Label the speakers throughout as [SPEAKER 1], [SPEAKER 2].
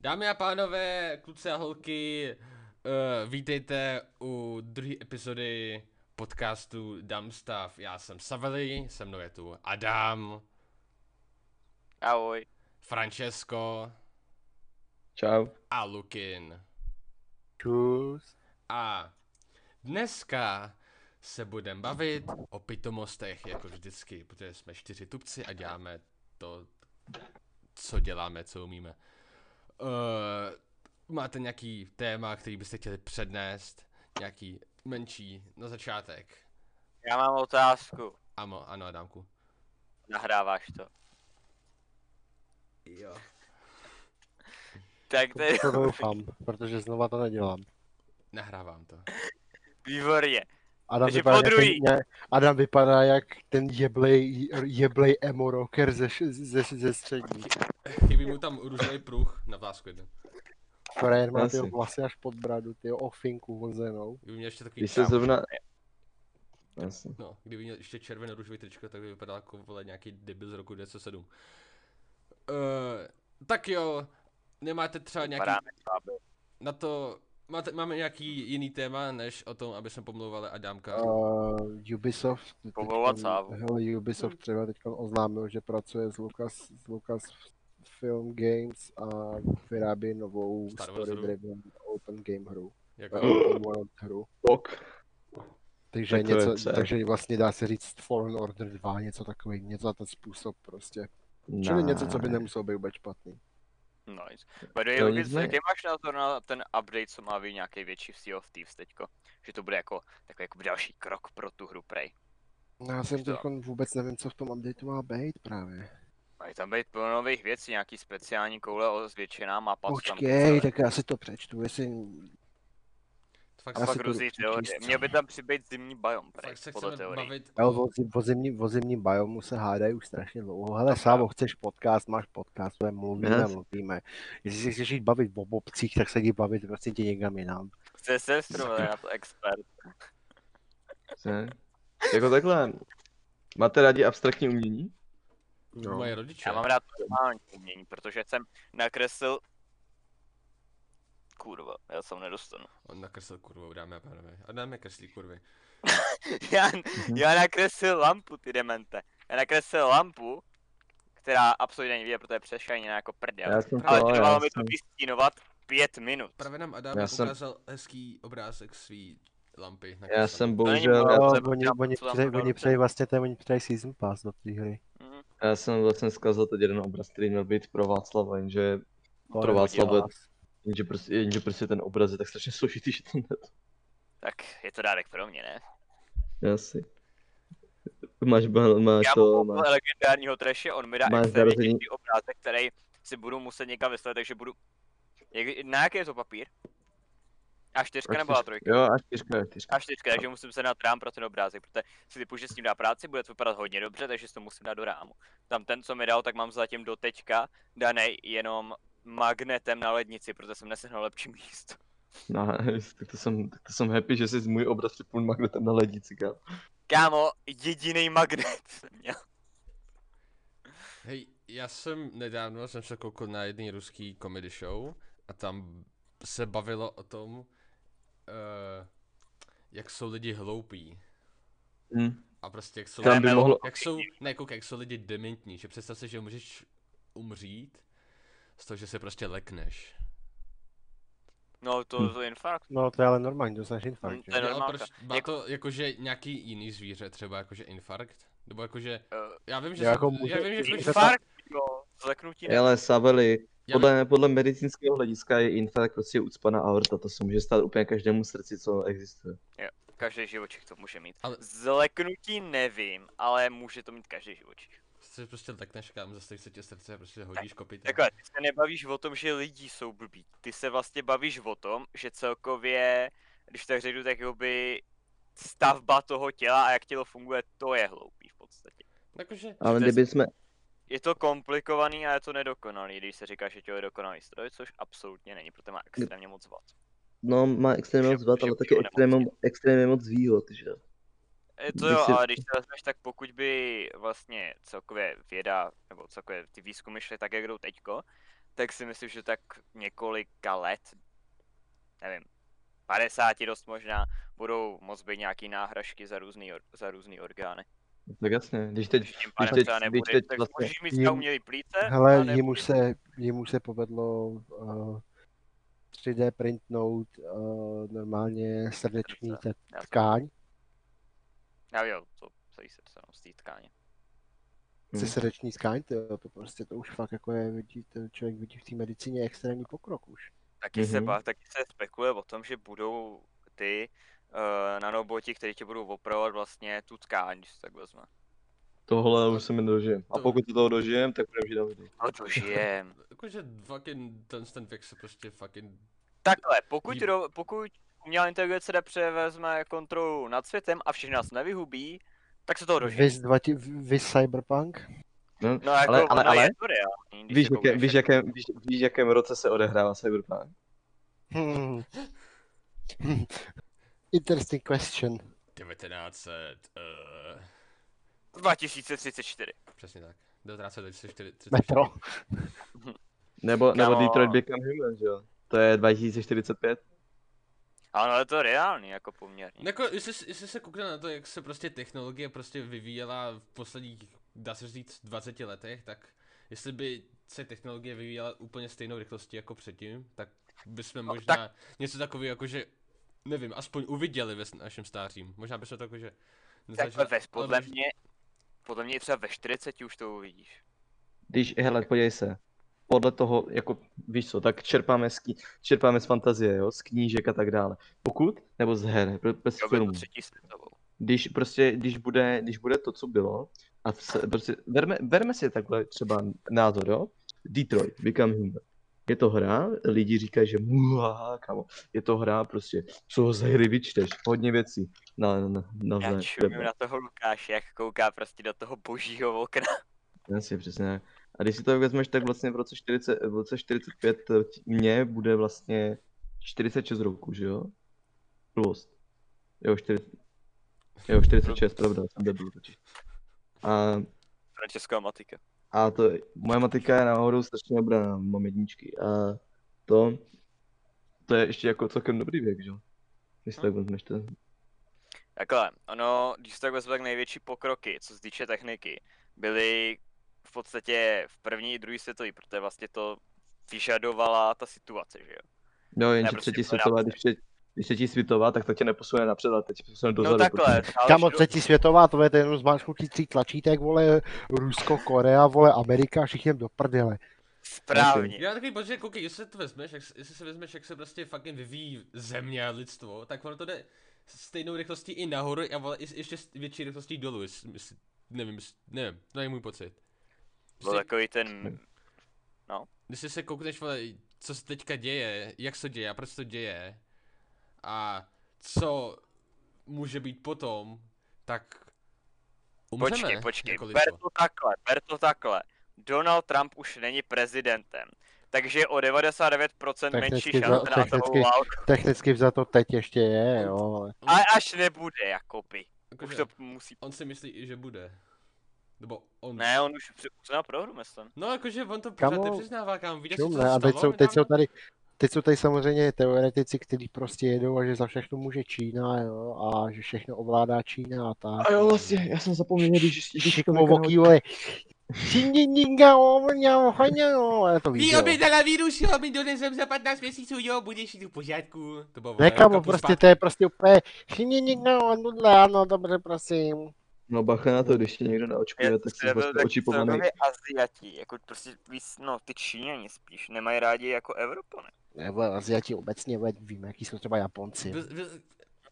[SPEAKER 1] Dámy a pánové, kluci a holky, uh, vítejte u druhé epizody podcastu Dumb Stuff. Já jsem Saveli, se mnou je tu Adam,
[SPEAKER 2] Ahoj.
[SPEAKER 1] Francesco
[SPEAKER 3] Čau.
[SPEAKER 1] a Lukin.
[SPEAKER 2] Čus.
[SPEAKER 1] A dneska se budeme bavit o pitomostech, jako vždycky, protože jsme čtyři tupci a děláme to, co děláme, co umíme. Uh, máte nějaký téma, který byste chtěli přednést? Nějaký menší na začátek?
[SPEAKER 2] Já mám otázku.
[SPEAKER 1] Ano, ano, Adámku.
[SPEAKER 2] Nahráváš to.
[SPEAKER 1] Jo.
[SPEAKER 2] Tak to je
[SPEAKER 4] To doufám, protože znova to nedělám.
[SPEAKER 1] Nahrávám to.
[SPEAKER 2] výborně.
[SPEAKER 4] Adam
[SPEAKER 2] Takže
[SPEAKER 4] vypadá,
[SPEAKER 2] podruhý.
[SPEAKER 4] jak ten, ne, Adam vypadá jak ten jeblej, jeblej emo rocker ze, š- ze, ze střední.
[SPEAKER 1] Chybí mu tam růžový pruh na vlásku jeden.
[SPEAKER 4] Frajer má
[SPEAKER 3] Asi.
[SPEAKER 4] ty vlasy až pod bradu, ty ofinku hozenou.
[SPEAKER 1] Kdyby měl ještě takový
[SPEAKER 3] Když se
[SPEAKER 1] krám-
[SPEAKER 3] zrovna... Jasně.
[SPEAKER 1] No, kdyby měl ještě červenou růžový tričko, tak by vypadal jako vole, nějaký debil z roku 2007. Uh, tak jo, nemáte třeba nějaký
[SPEAKER 2] Paráme slabě.
[SPEAKER 1] na to, máte, máme nějaký jiný téma, než o tom, aby jsme pomlouvali Adámka.
[SPEAKER 4] Uh, Ubisoft,
[SPEAKER 2] Povolovat
[SPEAKER 4] teďkon-
[SPEAKER 2] sávu.
[SPEAKER 4] hele, Ubisoft
[SPEAKER 2] Hmm.
[SPEAKER 4] třeba teď oznámil, že pracuje s Lucas, s Lucas Film Games a vyrábí novou
[SPEAKER 1] Star Wars hru.
[SPEAKER 4] story driven open game hru.
[SPEAKER 1] Jako,
[SPEAKER 4] Open world hru.
[SPEAKER 3] Pok.
[SPEAKER 4] Takže,
[SPEAKER 3] Tak to je
[SPEAKER 4] něco,
[SPEAKER 3] třeba.
[SPEAKER 4] takže vlastně dá se říct Fallen Order 2, něco takový, něco na ten způsob prostě. Čili něco, co by nemuselo být vůbec špatný.
[SPEAKER 2] No nic. Badu,
[SPEAKER 3] No
[SPEAKER 2] no,
[SPEAKER 3] nic ne.
[SPEAKER 2] jaký máš názor na ten update, co má být nějaký větší v Sea of Thieves teďko? Že to bude jako takový jako další krok pro tu hru Prey.
[SPEAKER 4] No, já jsem
[SPEAKER 2] To.
[SPEAKER 4] teď vůbec nevím, co v tom updateu má být právě.
[SPEAKER 2] Mají tam být plno nových věcí, nějaký speciální koule o zvětšená mapa. co tam
[SPEAKER 4] Počkej, tak já si to přečtu, jestli...
[SPEAKER 1] fakt,
[SPEAKER 2] A
[SPEAKER 4] já
[SPEAKER 1] se,
[SPEAKER 4] si
[SPEAKER 2] pak
[SPEAKER 4] to
[SPEAKER 2] různý
[SPEAKER 4] určitě
[SPEAKER 2] teorie.
[SPEAKER 4] číst.
[SPEAKER 2] Měl by tam přibýt zimní biom, Prey,
[SPEAKER 1] fakt se
[SPEAKER 2] podle
[SPEAKER 1] chceme
[SPEAKER 2] teorie.
[SPEAKER 1] bavit
[SPEAKER 4] Ale o, zim- o, zimním, o zimním biomu se hádají už strašně dlouho. Hele, Sávo, chceš podcast, máš podcast, to je mluvíme,
[SPEAKER 3] Yes.
[SPEAKER 4] mluvíme. Jestli se chceš jít bavit o bobcích, tak se jdi bavit prostě tě někam jinam.
[SPEAKER 2] Chce se strovat na to expert.
[SPEAKER 3] Ne. Jako takhle. Máte rádi abstraktní umění?
[SPEAKER 1] no. moje rodiče.
[SPEAKER 2] Já mám rád normální umění, protože jsem nakreslil... Kurva, já se mu nedostanu.
[SPEAKER 1] On nakreslil kurvou, dámy a pánové. Adam je kreslí kurvy.
[SPEAKER 2] Já,
[SPEAKER 3] Mhm.
[SPEAKER 2] já nakreslil lampu, ty demente. Já nakreslil lampu, která absolutně není vidět, protože je přešajněná jako prdel.
[SPEAKER 3] jsem
[SPEAKER 2] Ale
[SPEAKER 3] to,
[SPEAKER 2] trvalo mi to
[SPEAKER 3] jsem-
[SPEAKER 2] vystínovat pět minut.
[SPEAKER 1] Právě nám Adam
[SPEAKER 3] Já jsem-
[SPEAKER 1] ukázal hezký obrázek svý lampy.
[SPEAKER 3] Já
[SPEAKER 1] nakreslený.
[SPEAKER 3] jsem
[SPEAKER 2] není
[SPEAKER 3] bohužel,
[SPEAKER 2] moje-
[SPEAKER 3] já,
[SPEAKER 4] Jo,
[SPEAKER 2] jsem-
[SPEAKER 4] No, oni,
[SPEAKER 2] já
[SPEAKER 4] oni,
[SPEAKER 2] jsem tam
[SPEAKER 4] přeji-
[SPEAKER 2] dal-
[SPEAKER 4] oni přeji vlastně ten, oni přeji season pass do té hry.
[SPEAKER 2] Mhm.
[SPEAKER 3] já jsem vlastně zkazil teď jeden obraz, který měl být pro Václava, jenže, Pro Václava. jenže, prostě, jenže prostě ten obraz je tak strašně složitý, že to ne...
[SPEAKER 2] Tak je to dárek pro mě, ne?
[SPEAKER 3] Já si... Máš, ba- máš
[SPEAKER 2] Já
[SPEAKER 3] to,
[SPEAKER 2] mu
[SPEAKER 3] máš...
[SPEAKER 2] máš... legendárního trashe, on mi dá
[SPEAKER 3] Máš
[SPEAKER 2] extrémně
[SPEAKER 3] zarození-
[SPEAKER 2] těžký obrázek, který si budu muset někam vyslat, takže budu... Jak, na jaký je to papír? A4 nebo A3?
[SPEAKER 3] Jo, až čtyřka, až čtyřka.
[SPEAKER 2] A4, takže musím se dát rám pro ten obrázek, protože si typu, že s ním dá práci, bude to vypadat hodně dobře, takže si to musím dát do rámu. Tam ten, co mi dal, tak mám zatím do teďka daný jenom magnetem na lednici, protože jsem nesehnal lepší místo.
[SPEAKER 3] No, tak to jsem, tak to jsem happy, že jsi můj obraz připůl magnetem na lednici, kámo.
[SPEAKER 2] Kámo, jediný magnet jsem měl.
[SPEAKER 1] Hej, já jsem nedávno jsem se koukal na jedný ruský comedy show a tam se bavilo o tom, uh, jak jsou lidi hloupí.
[SPEAKER 3] Hm.
[SPEAKER 1] A prostě jak jsou,
[SPEAKER 3] Tam by mohlo,
[SPEAKER 1] jak jsou, ne, koukej, jak jsou lidi dementní, že představ si, že můžeš umřít z toho, že se prostě lekneš.
[SPEAKER 2] No to, to je infarkt.
[SPEAKER 4] No to je ale normální, to je infarkt,
[SPEAKER 2] Mm,
[SPEAKER 4] že?
[SPEAKER 2] To je
[SPEAKER 1] Jo, ale
[SPEAKER 2] normálka.
[SPEAKER 1] proč, má
[SPEAKER 2] Jako-
[SPEAKER 1] to jakože nějaký jiný zvíře, třeba jakože infarkt? Nebo jakože,
[SPEAKER 2] Eh,
[SPEAKER 1] já vím, že,
[SPEAKER 4] já
[SPEAKER 1] se-
[SPEAKER 4] jako
[SPEAKER 1] já
[SPEAKER 4] můžu-
[SPEAKER 1] vím, že,
[SPEAKER 4] že
[SPEAKER 1] prostě-
[SPEAKER 4] to-
[SPEAKER 2] Infarkt, jo, zleknutí ne.
[SPEAKER 3] Ale Saveli,
[SPEAKER 1] Já
[SPEAKER 3] podle, podle medicínského hlediska je infarkt prostě ucpaná aorta, to se může stát úplně každému srdci, co existuje.
[SPEAKER 2] Každý živočich to může mít.
[SPEAKER 1] Ale-
[SPEAKER 2] Zleknutí nevím, ale může to mít každý živočich.
[SPEAKER 1] se prostě lekneš kam, zastaví se tě srdce a prostě hodíš kopytem.
[SPEAKER 2] Takhle, Jako, ty se nebavíš o tom, že lidi jsou blbí. Ty se vlastně bavíš o tom, že celkově, když tak řeknu, tak jakoby stavba toho těla a jak tělo funguje, to je hloupý v podstatě.
[SPEAKER 1] Jakože,
[SPEAKER 3] Ale
[SPEAKER 2] To je-
[SPEAKER 3] kdyby jsme,
[SPEAKER 2] Je to komplikovaný a je to nedokonalý, když se říká, že tělo je dokonalý stroj, což absolutně není, protože má extrémně moc vat.
[SPEAKER 3] no má extrémně
[SPEAKER 2] Že-
[SPEAKER 3] moc zvat,
[SPEAKER 2] že
[SPEAKER 3] ale
[SPEAKER 2] už
[SPEAKER 3] taky
[SPEAKER 2] ho
[SPEAKER 3] extrémně,
[SPEAKER 2] nemocně.
[SPEAKER 3] extrémně moc výhod, že? jo.
[SPEAKER 2] Je Eh, to
[SPEAKER 3] Když
[SPEAKER 2] jo,
[SPEAKER 3] si-
[SPEAKER 2] ale když to vezmeš, tak pokud by vlastně celkově věda, nebo celkově ty výzkumy šly tak, jak jdou teďko, tak si myslím, že tak několika let, nevím, 50 dost možná, budou moc být nějaký náhražky za různý, or- za různý orgány.
[SPEAKER 3] Tak jasně, když teď...
[SPEAKER 2] Když tím
[SPEAKER 3] Když
[SPEAKER 2] pádem
[SPEAKER 3] teď-
[SPEAKER 2] třeba
[SPEAKER 3] když
[SPEAKER 2] nebude,
[SPEAKER 3] teď
[SPEAKER 2] tak
[SPEAKER 3] vlastně
[SPEAKER 2] můžeš mít
[SPEAKER 4] jim-
[SPEAKER 2] třeba umělý plíce,
[SPEAKER 4] Hele,
[SPEAKER 2] anebo-
[SPEAKER 4] jim už se, jim už se povedlo uh, 3D printnout uh, normálně srdeční
[SPEAKER 2] Srdce.
[SPEAKER 4] te-
[SPEAKER 2] Já to-
[SPEAKER 4] tkáň,
[SPEAKER 2] Já jo, to celý srdce no, z té tkáně.
[SPEAKER 4] se
[SPEAKER 3] Hm.
[SPEAKER 4] srdeční tkáň, to, jo, to prostě to už fakt jako je, vidí, to člověk vidí v té medicíně extrémní pokrok už.
[SPEAKER 2] Taky, se,
[SPEAKER 3] Mhm.
[SPEAKER 2] ba- taky se spekuluje o tom, že budou ty uh, nanoboti, kteří ti budou opravovat vlastně tu tkáň, když se tak vezme.
[SPEAKER 3] Tohle už se mi dožijem. A pokud se toho dožijem, tak budeme žít dál.
[SPEAKER 2] No to žijem.
[SPEAKER 1] Jakože fucking ten, ten věk se prostě fucking...
[SPEAKER 2] Takhle, pokud,
[SPEAKER 1] Jim.
[SPEAKER 2] do, pokud umělá inteligence jde převezme kontrolu nad světem a všechny nás nevyhubí, tak se toho dožije.
[SPEAKER 4] Vys, dva ti, vys cyberpunk?
[SPEAKER 2] No jako
[SPEAKER 3] ale- ale-
[SPEAKER 2] ona
[SPEAKER 3] ale-
[SPEAKER 2] je to reálný, když
[SPEAKER 3] Víš,
[SPEAKER 2] se
[SPEAKER 3] jaké,
[SPEAKER 2] koukneš,
[SPEAKER 3] víš,
[SPEAKER 2] jak-
[SPEAKER 3] jakém, víš, víš, jakém roce se odehrává Cyberpunk?
[SPEAKER 4] Hmm. Hmm. Interesting question.
[SPEAKER 1] 1900... Uh,
[SPEAKER 2] 2034.
[SPEAKER 1] přesně tak. 1944...
[SPEAKER 4] Metro.
[SPEAKER 3] Nebo, nebo
[SPEAKER 2] Kámo.
[SPEAKER 3] Detroit Become Human, že jo? To je 2045.
[SPEAKER 2] Ano, je to reálný jako poměrně.
[SPEAKER 1] Jako, jestli, jestli se koukne na to, jak se prostě technologie prostě vyvíjela v posledních, dá se říct, 20 letech, tak jestli by se technologie vyvíjela úplně stejnou rychlostí jako předtím, tak bychom
[SPEAKER 2] No,
[SPEAKER 1] možná něco takového jako, že nevím, aspoň uviděli ve s- našem stářím. Možná bychom to jako, že...
[SPEAKER 2] Takhle ve, podle
[SPEAKER 1] ale možná-
[SPEAKER 2] mě, podle mě i třeba ve 40 už to uvidíš.
[SPEAKER 3] Když, hele, podívej se. Podle toho, jako, víš co, tak čerpáme z, kni- čerpáme z fantazie, jo? Z knížek a tak dále. Pokud, nebo z her, pr- pr- z
[SPEAKER 2] Jo, by
[SPEAKER 3] filmů.
[SPEAKER 2] to třetí světovou.
[SPEAKER 3] Když prostě, když bude, když bude to, co bylo, a v, se- prostě, verme, verme si takhle třeba názor, jo? Detroit, Become Human. Je to hra, lidi říkají, že muha, kamo, je to hra, prostě, co z hry vyčteš, hodně věcí. Na, na, na, na,
[SPEAKER 2] Já čumím na toho Lukáše, jak kouká prostě do toho božího okna.
[SPEAKER 3] Jasně, přesně tak. A když si to vezmeš, tak vlastně v roce, 40, v roce 45 eh, mě bude vlastně 46 roku, že jo? Plus. Jo, 40, jo
[SPEAKER 2] No.
[SPEAKER 3] 46, pravda, jsem debil totiž. A,
[SPEAKER 2] Francesco Matika.
[SPEAKER 3] a to, moje matika je náhodou strašně dobrá, mám jedničky. A to, to je ještě jako celkem dobrý věk, že jo? Když si tak
[SPEAKER 2] No.
[SPEAKER 3] vezmeš to.
[SPEAKER 2] Takhle, ono, když se tak vezme, tak největší pokroky, co se týče techniky, byly v podstatě v první i druhý světový, protože vlastně to vyžadovala ta situace, že jo?
[SPEAKER 3] Jo, No, jenže
[SPEAKER 2] prostě
[SPEAKER 3] třetí
[SPEAKER 2] pořád
[SPEAKER 3] světová,
[SPEAKER 2] se-
[SPEAKER 3] když, před- když třetí světová, tak to tě neposune napřed, ale teď tě posune dozadu.
[SPEAKER 2] no takhle, ale
[SPEAKER 4] Kamo,
[SPEAKER 2] že-
[SPEAKER 4] třetí světová, to je jenom zmáčknutí tří tlačítek, vole, Rusko, Korea, vole, Amerika, všichni jen do prdele.
[SPEAKER 2] Správně.
[SPEAKER 1] Já mám takový pocit, že koukej, jestli to vezmeš, jak, s- jestli se vezmeš, jak se prostě fucking vyvíjí země a lidstvo, tak ono to jde stejnou rychlostí i nahoru a vole, i- ještě s větší rychlostí dolů, jest- jestli, nevím, jest- nevím, to je můj pocit.
[SPEAKER 2] Byl
[SPEAKER 1] Prostě,
[SPEAKER 2] takový ten,
[SPEAKER 1] když se koukneš, vole, co se teďka děje, jak se to děje a proč se to děje a co může být potom, tak umřeme.
[SPEAKER 2] počkej, počkej,
[SPEAKER 1] jako lidstvo.
[SPEAKER 2] ber to takhle, ber to takhle. Donald Trump už není prezidentem, takže je o 99% menší
[SPEAKER 4] Technicky za-
[SPEAKER 2] šance na
[SPEAKER 4] technicky-
[SPEAKER 2] atomovou válku.
[SPEAKER 4] Technicky za to teď ještě je, jo, ale
[SPEAKER 1] On,
[SPEAKER 2] Ale až nebude, jakoby. Už
[SPEAKER 1] jakože,
[SPEAKER 2] to musí...
[SPEAKER 1] on si myslí i, že bude. Nebo on
[SPEAKER 2] Ne, on už přiznal prohru, myslím.
[SPEAKER 1] No jakože on to pořád
[SPEAKER 4] Kamo,
[SPEAKER 1] nepřiznává, kam vidět, co
[SPEAKER 4] čum,
[SPEAKER 1] se
[SPEAKER 4] ne, a teď
[SPEAKER 1] stalo
[SPEAKER 4] jsou, teď jsou
[SPEAKER 1] nedávno?
[SPEAKER 4] tady, teď jsou tady samozřejmě teoretici, kteří prostě jedou a že za všechno může Čína, jo, a že všechno ovládá Čína a tak.
[SPEAKER 3] A jo, vlastně, já jsem zapomněl, když, když
[SPEAKER 4] Šikmovoký, vole, Číněninga, já to víš,
[SPEAKER 1] Ty
[SPEAKER 4] jo.
[SPEAKER 1] objednala vírus, jo, my donesem za 15 měsíců, jo, budeš jít v pořádku. To bylo
[SPEAKER 4] Ne,
[SPEAKER 1] vole,
[SPEAKER 4] kamo,
[SPEAKER 1] kapu
[SPEAKER 4] prostě
[SPEAKER 1] zpátky.
[SPEAKER 4] to je prostě úplně Číněninga, nudle, ano, dobře, prosím.
[SPEAKER 3] No bacha na to, když tě někdo naočkuje, tak si
[SPEAKER 2] byl
[SPEAKER 3] prostě oči
[SPEAKER 2] jsou
[SPEAKER 3] pomanou.
[SPEAKER 2] právě Aziati, jako prostě víc, no ty Číňani spíš, nemají rádi jako Evropany.
[SPEAKER 4] Nebo Aziati obecně, vole, víme, jaký jsou třeba Japonci.
[SPEAKER 1] Byl- byl-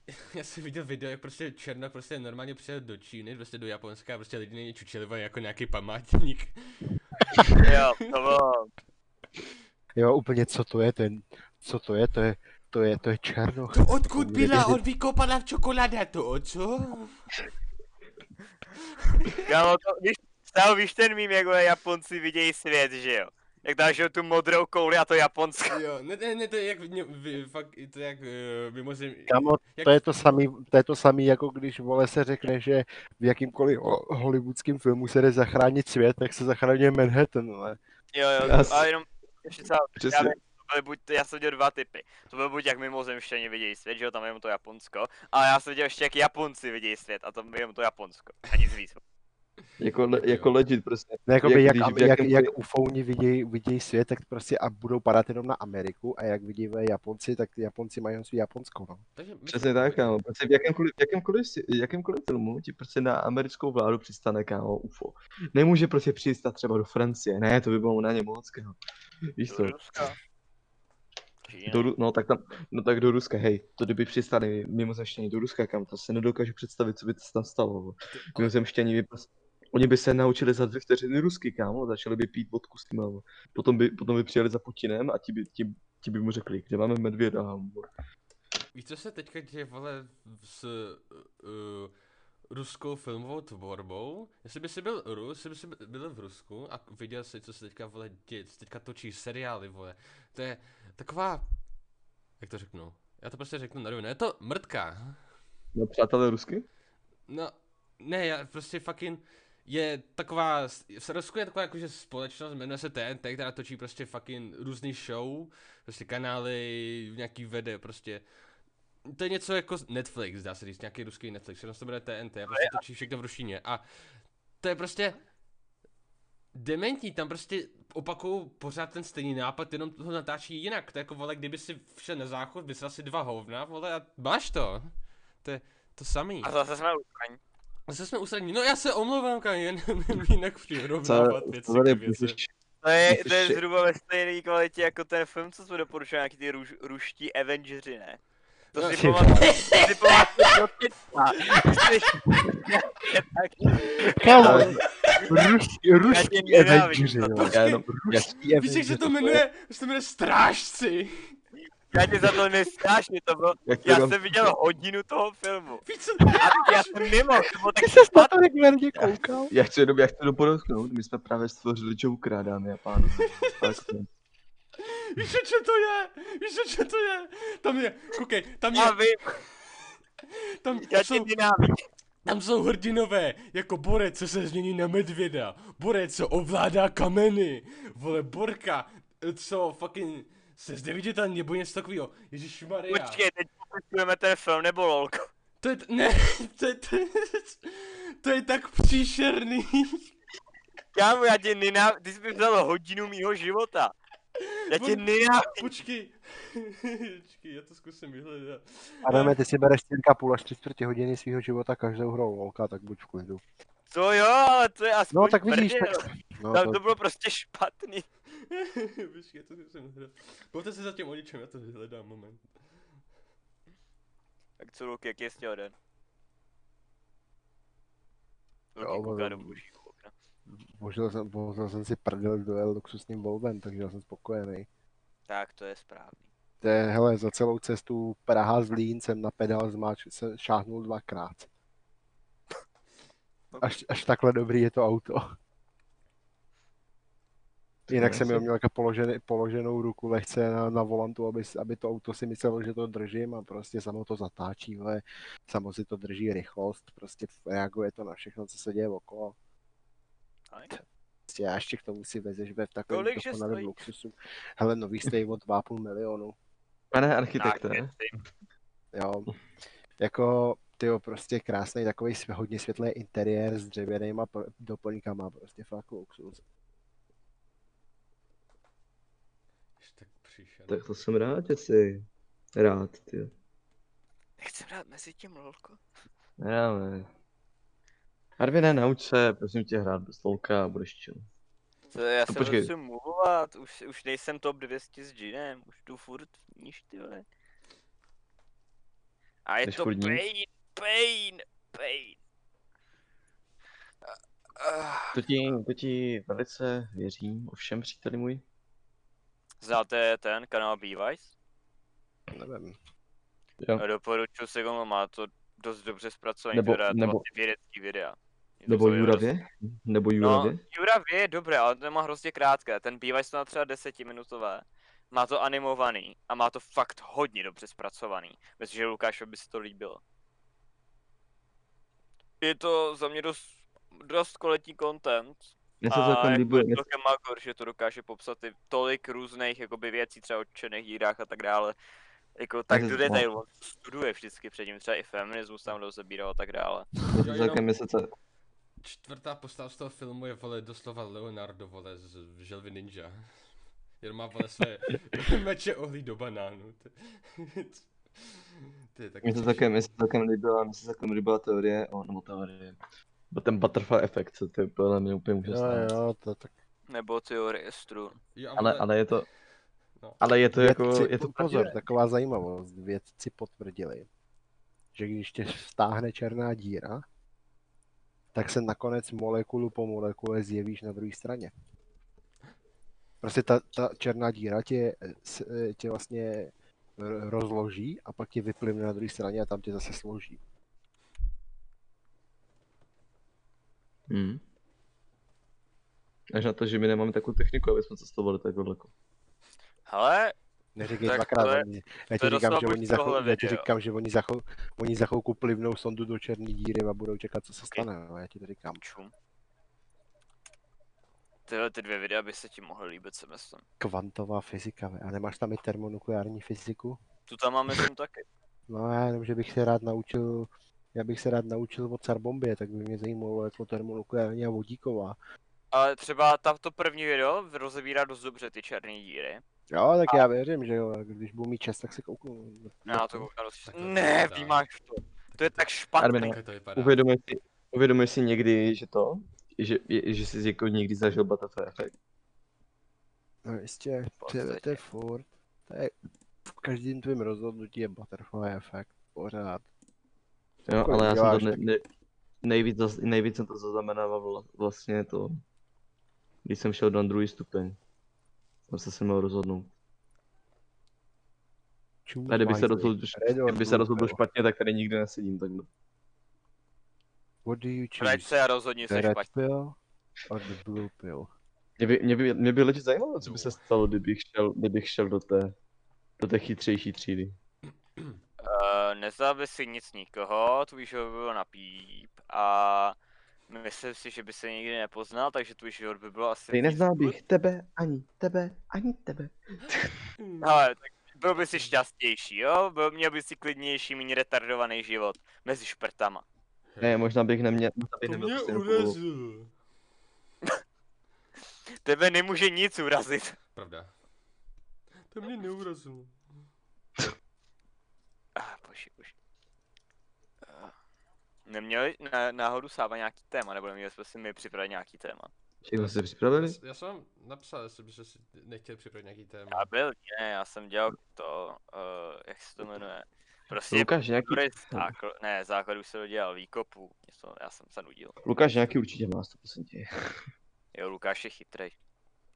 [SPEAKER 1] Já jsem viděl video, jak prostě Černo prostě normálně přijel do Číny, prostě do Japonska a prostě lidi není čučili vole, jako nějaký památník.
[SPEAKER 2] Jo, to bylo,
[SPEAKER 4] Jo, úplně, co to je ten, co to je, to je, to je, to je černo.
[SPEAKER 1] To odkud byla, on vykopala v čokoláda to, o co?
[SPEAKER 2] kámo, to, víš, stále víš ten mím, jak vole, Japonci vidějí svět, že jo. Jak dáš jo, tu modrou kouli a to Japonsko.
[SPEAKER 1] Jo, ne, ne, ne, to je jak, vně- vy, fakt, to je jak uh, mimozem...
[SPEAKER 4] Kamo,
[SPEAKER 1] jak-
[SPEAKER 4] to je to samý, to je to samý, jako když vole se řekne, že v jakýmkoliv ho- hollywoodském filmu se jde zachránit svět, tak se zachraňuje Manhattan, vole.
[SPEAKER 2] Jo, jo,
[SPEAKER 3] Já s-
[SPEAKER 2] a jenom Já
[SPEAKER 3] Přesně.
[SPEAKER 2] vím, to byly buď, já jsem viděl dva typy. To bylo buď jak mimozemštění vidějí svět, že jo, tam jenom to Japonsko, ale já jsem viděl ještě jak Japonci vidějí svět a tam jenom to Japonsko. A nic víc.
[SPEAKER 3] Jako, le, jako legit prostě.
[SPEAKER 4] No, jakoby
[SPEAKER 3] Jak
[SPEAKER 4] jak,
[SPEAKER 3] když
[SPEAKER 4] jak,
[SPEAKER 3] v
[SPEAKER 4] jak,
[SPEAKER 3] jakémkoliv-
[SPEAKER 4] jak ufouni vidějí viděj svět, tak prostě a budou padat jenom na Ameriku a jak vidí Japonci, tak ty Japonci mají jenom svý Japonsko, no.
[SPEAKER 1] Takže my-
[SPEAKER 3] Přesně tak, kámo. Prostě v jakémkoliv, v jakémkoliv, si- v jakémkoliv filmu ti prostě na americkou vládu přistane, kámo, UFO. Nemůže prostě přistat třeba do Francie, ne, to by bylo na ně moc, kámo. Víš co?
[SPEAKER 2] Do Ruska. Čína.
[SPEAKER 3] Do, Ru- no, tak tam, no tak do Ruska, hej, to kdyby přistali mimozemštění do Ruska, kam to se nedokážu představit, co by to tam stalo. vole. Mimozemštění by prostě, oni by se naučili za dvě vteřiny rusky, kámo, začali by pít vodku s tím, potom by, potom by přijeli za Putinem a ti by, ti, ti by mu řekli, kde máme medvěda, kámo.
[SPEAKER 1] Víš, co se teďka děje, vole, s uh, ruskou filmovou tvorbou? Jestli by si byl Rus, jestli by si by- byl v Rusku a viděl si, co se teďka, vole, děje, co teďka točí seriály, vole, to je taková, jak to řeknu, já to prostě řeknu na rovinu, je to mrtka.
[SPEAKER 3] No, přátelé rusky?
[SPEAKER 1] No, ne, já prostě fucking je taková, v Rusku je taková jakože společnost, jmenuje se TNT, která točí prostě fucking různý show, prostě kanály, nějaký vede prostě. To je něco jako Netflix, dá se říct, nějaký ruský Netflix, jenom se to bude TNT, a prostě točí všechno v ruštině a to je prostě dementní, tam prostě opakují pořád ten stejný nápad, jenom to natáčí jinak, to je jako vole, kdyby si šel na záchod, vysral si dva hovna, vole, a máš to. To je to samý.
[SPEAKER 2] A zase jsme u Ukrajiny.
[SPEAKER 1] Zase jsme usraní. No já se omlouvám, Kani, jen jinak přirovnávat
[SPEAKER 3] Co,
[SPEAKER 1] věci
[SPEAKER 3] co tady
[SPEAKER 1] k věci.
[SPEAKER 3] píšeš?
[SPEAKER 2] To je,
[SPEAKER 3] Ty
[SPEAKER 2] to je
[SPEAKER 3] si-
[SPEAKER 2] zhruba ve stejné kvalitě jako ten film, co jsme doporučovali, nějaký ty ruš, ruští Avengeři, ne? To
[SPEAKER 1] No,
[SPEAKER 2] si
[SPEAKER 1] ty-
[SPEAKER 2] pamatuju, to si pamatuju do teďka.
[SPEAKER 4] Kámo,
[SPEAKER 3] Ale-
[SPEAKER 4] ruští, ruští
[SPEAKER 2] Já tě
[SPEAKER 4] Avengeři,
[SPEAKER 2] nenávidím,
[SPEAKER 4] jo.
[SPEAKER 3] Já jenom, já,
[SPEAKER 4] Ruští
[SPEAKER 1] Víš, jak se to
[SPEAKER 4] Avengeři,
[SPEAKER 1] jmenuje? Jak se to jmenuje Strážci.
[SPEAKER 2] Já tě za to nestášně, to bylo,
[SPEAKER 3] jak to
[SPEAKER 2] já
[SPEAKER 3] dám-
[SPEAKER 2] jsem viděl hodinu toho filmu.
[SPEAKER 1] Víš co?
[SPEAKER 2] A já jsem mimo, to bylo
[SPEAKER 4] Ty
[SPEAKER 2] tak
[SPEAKER 4] se na to regulárně koukal?
[SPEAKER 3] Já chci jenom, já chci jenom podotknout, my jsme právě stvořili Jokera, dámy a pánové. Ale to-
[SPEAKER 1] Víš, o čem to je? Víš, o čem to je? Tam je, koukej, tam je,
[SPEAKER 2] já vím,
[SPEAKER 1] tam
[SPEAKER 2] já tě
[SPEAKER 1] jsou,
[SPEAKER 2] nenávidím.
[SPEAKER 1] tam jsou hrdinové, jako Borec, co se změní na medvěda, Borec, co ovládá kameny, vole, Borka, co fucking se zde vidět nebo něco takového, ježišmarja.
[SPEAKER 2] Počkej, teď popisujeme ten film nebo lolko.
[SPEAKER 1] To je, t- ne, to je, to je, to je tak příšerný.
[SPEAKER 2] Kámo, já tě nenávidím, ty jsi mi vzal hodinu mýho života. Já tě
[SPEAKER 1] On-
[SPEAKER 2] nenávidím.
[SPEAKER 1] Počkej, počkej, já to zkusím vyhledat.
[SPEAKER 4] Adame, ty si bereš 4,5 až 3 čtvrtě hodiny svého života každou hrou lolka, tak buď v klidu.
[SPEAKER 2] To jo, ale to je aspoň
[SPEAKER 4] No tak vidíš,
[SPEAKER 2] prdel.
[SPEAKER 4] tak... No,
[SPEAKER 2] Tam
[SPEAKER 4] to,
[SPEAKER 2] to bylo prostě špatný.
[SPEAKER 1] počkej, já to zkusím hledat. Bavte se zatím o ničem, já to hledám, moment.
[SPEAKER 2] Tak co, Luky, jak je stěl den?
[SPEAKER 4] Jo,
[SPEAKER 2] Luky kouká
[SPEAKER 4] ono-
[SPEAKER 2] do božího okna.
[SPEAKER 4] božil jsem, božil jsem si prdel duel luxusním volbem, takže já jsem spokojený.
[SPEAKER 2] Tak, to je správný.
[SPEAKER 4] To je, hele, za celou cestu Praha z Lín jsem na pedál zmáč, se šáhnul dvakrát. Až, až takhle dobrý je to auto. Jinak jsem měl, měl jako položený, položenou ruku lehce na, na volantu, aby, s- aby to auto si myslelo, že to držím a prostě samo to zatáčí, ale samo si to drží rychlost, prostě reaguje to na všechno, co se děje okolo.
[SPEAKER 2] Fajn.
[SPEAKER 4] Prostě a ještě k tomu si vezeš ve v takovém
[SPEAKER 2] Kolik, že
[SPEAKER 4] dokonalém
[SPEAKER 2] stojí?
[SPEAKER 4] luxusu. Hele, nový stojí o 2,5 milionu.
[SPEAKER 3] Pane
[SPEAKER 2] Tak,
[SPEAKER 3] architekte,
[SPEAKER 2] věci.
[SPEAKER 4] Jo. Jako, tyjo, prostě krásný takový sv- hodně světlý interiér s dřevěnýma pr- doplňkama, prostě fakt luxus.
[SPEAKER 1] Ještě tak přišel.
[SPEAKER 3] tak to jsem rád, že jsi rád, ty.
[SPEAKER 2] Nechcem dát mezi tím lolko.
[SPEAKER 3] Nedáme. Arvine, nauč se, prosím tě, hrát bez tolka a budeš chill.
[SPEAKER 2] To, já
[SPEAKER 3] No
[SPEAKER 2] se
[SPEAKER 3] počkej.
[SPEAKER 2] musím mluvovat, už, už nejsem top 200 s Ginem, už jdu furt níž, ty vole. A je
[SPEAKER 3] Jdeš
[SPEAKER 2] to
[SPEAKER 3] furt
[SPEAKER 2] pain,
[SPEAKER 3] níž?
[SPEAKER 2] pain, pain. A- a-
[SPEAKER 3] To ti, to ti velice věřím, ovšem, příteli můj.
[SPEAKER 2] Znáte ten kanál Bevice?
[SPEAKER 4] Nevím.
[SPEAKER 3] Jo.
[SPEAKER 2] No, Doporučuji se komu, má to dost dobře zpracovaný,
[SPEAKER 3] Nebo-
[SPEAKER 2] nebo, to
[SPEAKER 3] nebo-
[SPEAKER 2] nebo... vlastně vědecký videa. Je to
[SPEAKER 3] Nebo
[SPEAKER 2] celý roz-
[SPEAKER 3] Juravě? Nebo Juravě?
[SPEAKER 2] No, Juravě je dobré, ale to má hrozně krátké. Ten Bevice to má třeba desetiminutové. Má to animovaný a má to fakt hodně dobře zpracovaný. Myslím, že Lukášovi by se to líbilo. Je to za mě dost, dost kvalitní content.
[SPEAKER 3] Mně se to
[SPEAKER 2] A
[SPEAKER 3] tam
[SPEAKER 2] jako
[SPEAKER 3] líbuje. Mně se-
[SPEAKER 2] celkem Magor, že to dokáže popsat i tolik různých jakoby, věcí, třeba o černých dírách a tak dále. Jako tak
[SPEAKER 3] to
[SPEAKER 2] do
[SPEAKER 3] znám.
[SPEAKER 2] detailu, on studuje vždycky předtím, třeba i feminismus tam rozebíral a tak dále.
[SPEAKER 3] mně
[SPEAKER 1] Jo,
[SPEAKER 3] se
[SPEAKER 1] jenom-
[SPEAKER 3] celkem mně se to-
[SPEAKER 1] Čtvrtá postava z toho filmu je vole doslova Leonardo vole z Želvy Ninja. Jenom má vole své meče ohlí do banánu. To- To je tak
[SPEAKER 3] mně se celkem- mně se celkem líbila, mně se celkem líbila teorie, o, nebo teorie. Bo ten butterfly efekt, co to je podle mě úplně
[SPEAKER 4] Jo,
[SPEAKER 3] úžasné.
[SPEAKER 4] jo, to tak
[SPEAKER 2] Nebo teorie strun.
[SPEAKER 1] Jo, a
[SPEAKER 3] Ale,
[SPEAKER 1] vole-
[SPEAKER 3] ale je to,
[SPEAKER 1] No.
[SPEAKER 3] ale je to jako,
[SPEAKER 4] Vědci-
[SPEAKER 3] je to
[SPEAKER 4] po- pozor, taková zajímavost. Vědci potvrdili, že když tě stáhne černá díra, tak se nakonec molekulu po molekule zjevíš na druhé straně. Prostě ta, ta černá díra tě, eh, s- eh, tě vlastně r- rozloží a pak tě vyplyne na druhé straně a tam tě zase složí.
[SPEAKER 3] Hmm. Až na to, že my nemáme takovou techniku, aby jsme cestovali tak jako daleko.
[SPEAKER 2] Hele,
[SPEAKER 4] Neříkej
[SPEAKER 2] Tak
[SPEAKER 4] dvakrát,
[SPEAKER 2] to je-
[SPEAKER 4] oni- já
[SPEAKER 2] to
[SPEAKER 4] ti
[SPEAKER 2] je
[SPEAKER 4] říkám,
[SPEAKER 2] docela
[SPEAKER 4] že
[SPEAKER 2] buď
[SPEAKER 4] oni za chvil-
[SPEAKER 2] tohle
[SPEAKER 4] já ti
[SPEAKER 2] video.
[SPEAKER 4] říkám, že oni za chvil- oni za chvilku plivnou sondu do černé díry a budou čekat, co se
[SPEAKER 2] Ok.
[SPEAKER 4] stane, no, já ti to říkám.
[SPEAKER 2] čum. Tyhle ty dvě videa by se ti mohly líbit semestrem.
[SPEAKER 4] kvantová fyzika, ve. a nemáš tam i termonukleární fyziku?
[SPEAKER 2] Tu tam máme jsem taky.
[SPEAKER 4] No já jenom, že bych se rád naučil, já bych se rád naučil o carbomby, tak by mě zajímalo jako termonukleární a vodíková.
[SPEAKER 2] Ale třeba tam to první video rozebírá dost dobře ty černé díry.
[SPEAKER 4] Jo, tak já věřím, že jo, a když budu mít čas, tak se kouknu.
[SPEAKER 2] Já to koukám dost...
[SPEAKER 1] Tak to
[SPEAKER 2] Ne,
[SPEAKER 1] vypadá.
[SPEAKER 2] vnímáš to. To je tak
[SPEAKER 3] Armin,
[SPEAKER 2] špatný.
[SPEAKER 1] Takhle to vypadá.
[SPEAKER 3] Uvědomuji si, uvědomuji si někdy, že to, že, je- že jsi jako někdy zažil butterfly efekt.
[SPEAKER 4] No jistě, to je,
[SPEAKER 2] podstatě.
[SPEAKER 4] to je furt, to je, v každém tvým rozhodnutí je butterfly efekt, pořád.
[SPEAKER 3] Jo,
[SPEAKER 4] Kolik
[SPEAKER 3] ale já jsem
[SPEAKER 4] děláš,
[SPEAKER 3] to ne,
[SPEAKER 4] tak-
[SPEAKER 3] ne, nejvíc, zas- nejvíc jsem to zaznamenával vla- vlastně to, když jsem šel na druhý stupeň. Tam jsem se měl rozhodnout.
[SPEAKER 4] Choose
[SPEAKER 3] A kdyby se
[SPEAKER 4] wisely.
[SPEAKER 3] rozhodl,
[SPEAKER 4] Red or
[SPEAKER 3] kdyby se
[SPEAKER 4] blue
[SPEAKER 3] rozhodl
[SPEAKER 4] pill?
[SPEAKER 3] špatně, tak no. tady nikdy nesedím takhle.
[SPEAKER 4] What do you
[SPEAKER 2] Vrať se
[SPEAKER 4] choose?
[SPEAKER 2] a rozhodni
[SPEAKER 4] The
[SPEAKER 2] se
[SPEAKER 4] red
[SPEAKER 2] špatně.
[SPEAKER 4] pill or the blue pill?
[SPEAKER 3] Mě by, mě by, mě by lidi zajímalo, co by
[SPEAKER 1] No.
[SPEAKER 3] se stalo, kdybych šel, kdybych šel do té, do té chytřejší třídy.
[SPEAKER 2] Uh, nezávisí nic nikoho, tvůj život by byl na píp a myslím si, že by se nikdy nepoznal, takže tvůj život by byl asi...
[SPEAKER 3] Ty
[SPEAKER 2] víc
[SPEAKER 3] neznal
[SPEAKER 2] good.
[SPEAKER 3] bych tebe, ani tebe, ani tebe.
[SPEAKER 2] Ale tak byl by si šťastnější, jo? Byl, měl by si klidnější, méně retardovaný život mezi šprtama.
[SPEAKER 3] Ne, možná bych neměl, možná bych
[SPEAKER 1] To
[SPEAKER 3] neměl prostě
[SPEAKER 1] mě
[SPEAKER 3] stejnou povahu.
[SPEAKER 1] urazil.
[SPEAKER 2] Tebe nemůže nic urazit.
[SPEAKER 1] Pravda. To mě neurazilo.
[SPEAKER 2] Ah, bože, bože. Ah. Neměli na, náhodu sába nějaký téma, nebo neměli jsme si my připravit nějaký téma.
[SPEAKER 3] Všechno jste připravili?
[SPEAKER 1] Já jsem vám napsal, jestli byste si nechtěl připravit nějaký téma.
[SPEAKER 2] Já byl, ne, já jsem dělal to, uh, jak se to jmenuje. Prostě
[SPEAKER 3] Lukáš nějaký,
[SPEAKER 4] Hm.
[SPEAKER 2] Dobrý základ, ne, základ už se dodělal výkopu, něco, já jsem se nudil.
[SPEAKER 3] Lukáš nějaký určitě má, to prosím tě.
[SPEAKER 2] Jo, Lukáš je chytrý.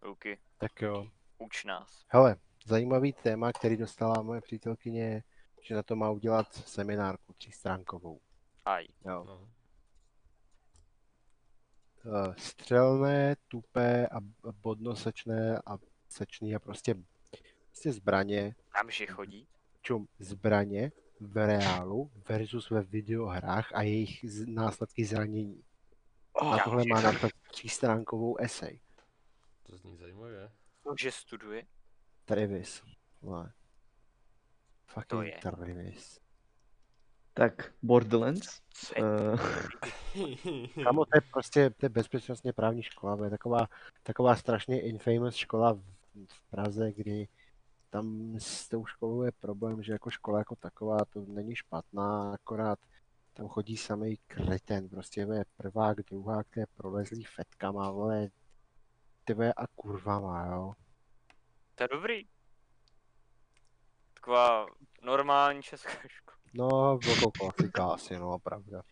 [SPEAKER 2] Luky,
[SPEAKER 4] Tak jo.
[SPEAKER 2] uč nás.
[SPEAKER 4] Hele, zajímavý téma, který dostala moje přítelkyně, že na to má udělat seminárku třístránkovou.
[SPEAKER 2] Aj.
[SPEAKER 4] Jo.
[SPEAKER 1] No.
[SPEAKER 4] Eh, Střelné, tupé a b- bodnosečné a sečný a prostě, prostě zbraně,
[SPEAKER 2] Tam, že chodí.
[SPEAKER 4] čum, zbraně v reálu versus ve videohrách a jejich z- následky zranění.
[SPEAKER 2] Oh,
[SPEAKER 4] Na tohle má napsat třístránkovou esej.
[SPEAKER 1] To zní zajímavě.
[SPEAKER 2] že studuje.
[SPEAKER 4] Travis. Vole. Fucking
[SPEAKER 2] je.
[SPEAKER 4] Travis.
[SPEAKER 3] Tak, Borderlands.
[SPEAKER 2] Co
[SPEAKER 4] Eh.
[SPEAKER 2] je?
[SPEAKER 3] Uh,
[SPEAKER 4] Kamo, to je prostě to je bezpečnostně právní škola, to je taková, taková strašně infamous škola v, v Praze, kdy tam s tou školou je problém, že jako škola jako taková to není špatná, akorát tam chodí samý kreten, prostě je prvák, druhák, to je prolezlý fetkama, vole, tebe a kurvama, jo.
[SPEAKER 2] To je dobrý. Taková normální česká škola.
[SPEAKER 4] No, jako klasika asi, no, pravda.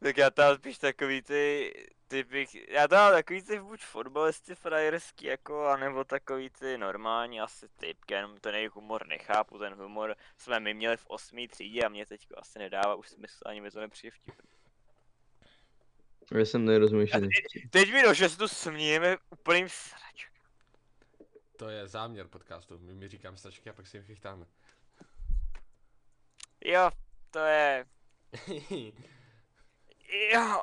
[SPEAKER 2] tak já tam spíš takový ty typy, já tam mám takový ty buď fotbalisty frajerský jako, anebo takový ty normální asi typky, jenom ten jejich humor nechápu, ten humor jsme my měli v osmý třídě a mě teď asi nedává už smysl, ani mi to nepřijde vtipný.
[SPEAKER 3] já jsem nerozmýšlený.
[SPEAKER 2] Teď mi došlo, že se tu smějeme úplným sračkem.
[SPEAKER 1] To je záměr podcastu. My, my říkám stačky a pak si jim chytáme.
[SPEAKER 2] Jo, to je... Jo...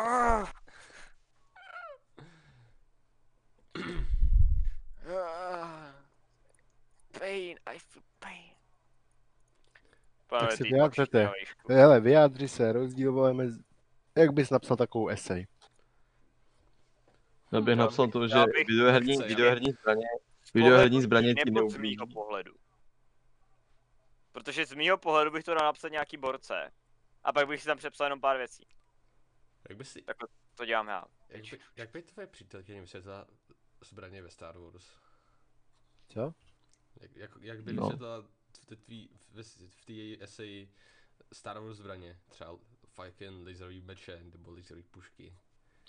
[SPEAKER 2] ah. pain. Pane,
[SPEAKER 4] si
[SPEAKER 2] ty
[SPEAKER 4] vyjádřete.
[SPEAKER 2] počkej na výšku.
[SPEAKER 4] Hele, vyjádři se, rozdíl vole mezi... Jak bys napsal takovou esej?
[SPEAKER 3] Já bych
[SPEAKER 2] Já
[SPEAKER 3] napsal
[SPEAKER 2] bych-
[SPEAKER 3] to, že
[SPEAKER 2] já bych-
[SPEAKER 3] videoherní,
[SPEAKER 1] chce, já
[SPEAKER 3] videoherní zbraně, videoherní
[SPEAKER 2] Pohled
[SPEAKER 3] zbraně ti
[SPEAKER 2] nebo z
[SPEAKER 3] neublíží.
[SPEAKER 2] mýho pohledu. Protože z mýho pohledu bych to dal napsat nějaký borce. A pak bych si tam přepsal jenom pár věcí.
[SPEAKER 1] Jak by si,
[SPEAKER 2] To dělám já.
[SPEAKER 1] jak by, jak by tvoje přítelkyně vysvětlila zbraně ve Star Wars?
[SPEAKER 4] Co?
[SPEAKER 1] Jak, jak, jak by
[SPEAKER 3] No.
[SPEAKER 1] vysvětlila v té tvý, v, v té její eseji Star Wars zbraně? Třeba fucking laserový meče nebo laserový pušky.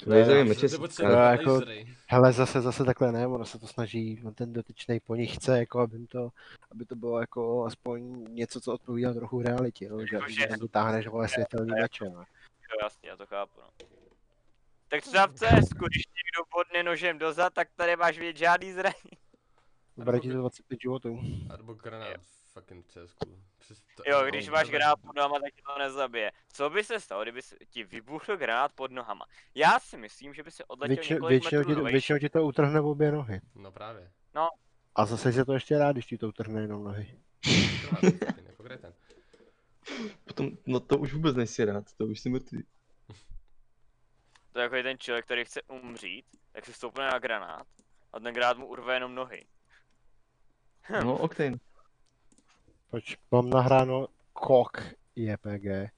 [SPEAKER 3] Laserový
[SPEAKER 4] Ne,
[SPEAKER 3] meče
[SPEAKER 1] Nebo
[SPEAKER 3] si-
[SPEAKER 1] celý
[SPEAKER 4] No,
[SPEAKER 1] jako...
[SPEAKER 4] jako-
[SPEAKER 1] lasery.
[SPEAKER 4] Hele, zase, zase takhle ne, ono se to snaží, on ten dotyčný po ní chce, jako aby, jim to, aby to bylo jako aspoň něco, co odpovídá trochu realitě, no, že
[SPEAKER 2] Jakože-
[SPEAKER 4] že tam dotáhneš, vole, světelný meče, no.
[SPEAKER 2] Jo, jasně, já to chápu, no. Tak třeba v CS, když někdo bodne nožem dozad, tak tady máš vědět žádný zraní.
[SPEAKER 4] Vybere ti to 25 životů.
[SPEAKER 1] A nebo granát fucking v CSku. Přes to-
[SPEAKER 2] Jo,
[SPEAKER 1] no,
[SPEAKER 2] když
[SPEAKER 1] to
[SPEAKER 2] máš
[SPEAKER 1] ne-
[SPEAKER 2] granát pod nohama, tak tě to nezabije. Co by se stalo, kdyby se ti vybuchl granát pod nohama? Já si myslím, že by se odletěl
[SPEAKER 4] Většinou,
[SPEAKER 2] několik
[SPEAKER 4] většinou,
[SPEAKER 2] metrů
[SPEAKER 4] ti to,
[SPEAKER 2] do
[SPEAKER 4] většinou ti to utrhne v obě nohy.
[SPEAKER 1] No právě.
[SPEAKER 4] A zase se to ještě rád, když ti to utrhne jenom nohy.
[SPEAKER 1] Granát, fucking, jako kreten.
[SPEAKER 3] Potom, no to už vůbec nejsi rád, to už jsi mrtvý.
[SPEAKER 2] To je jako ten člověk, který chce umřít, tak se stoupne na granát a ten granát mu urve jenom nohy.
[SPEAKER 3] No, Octane.
[SPEAKER 4] Proč mám nahráno kok JPG.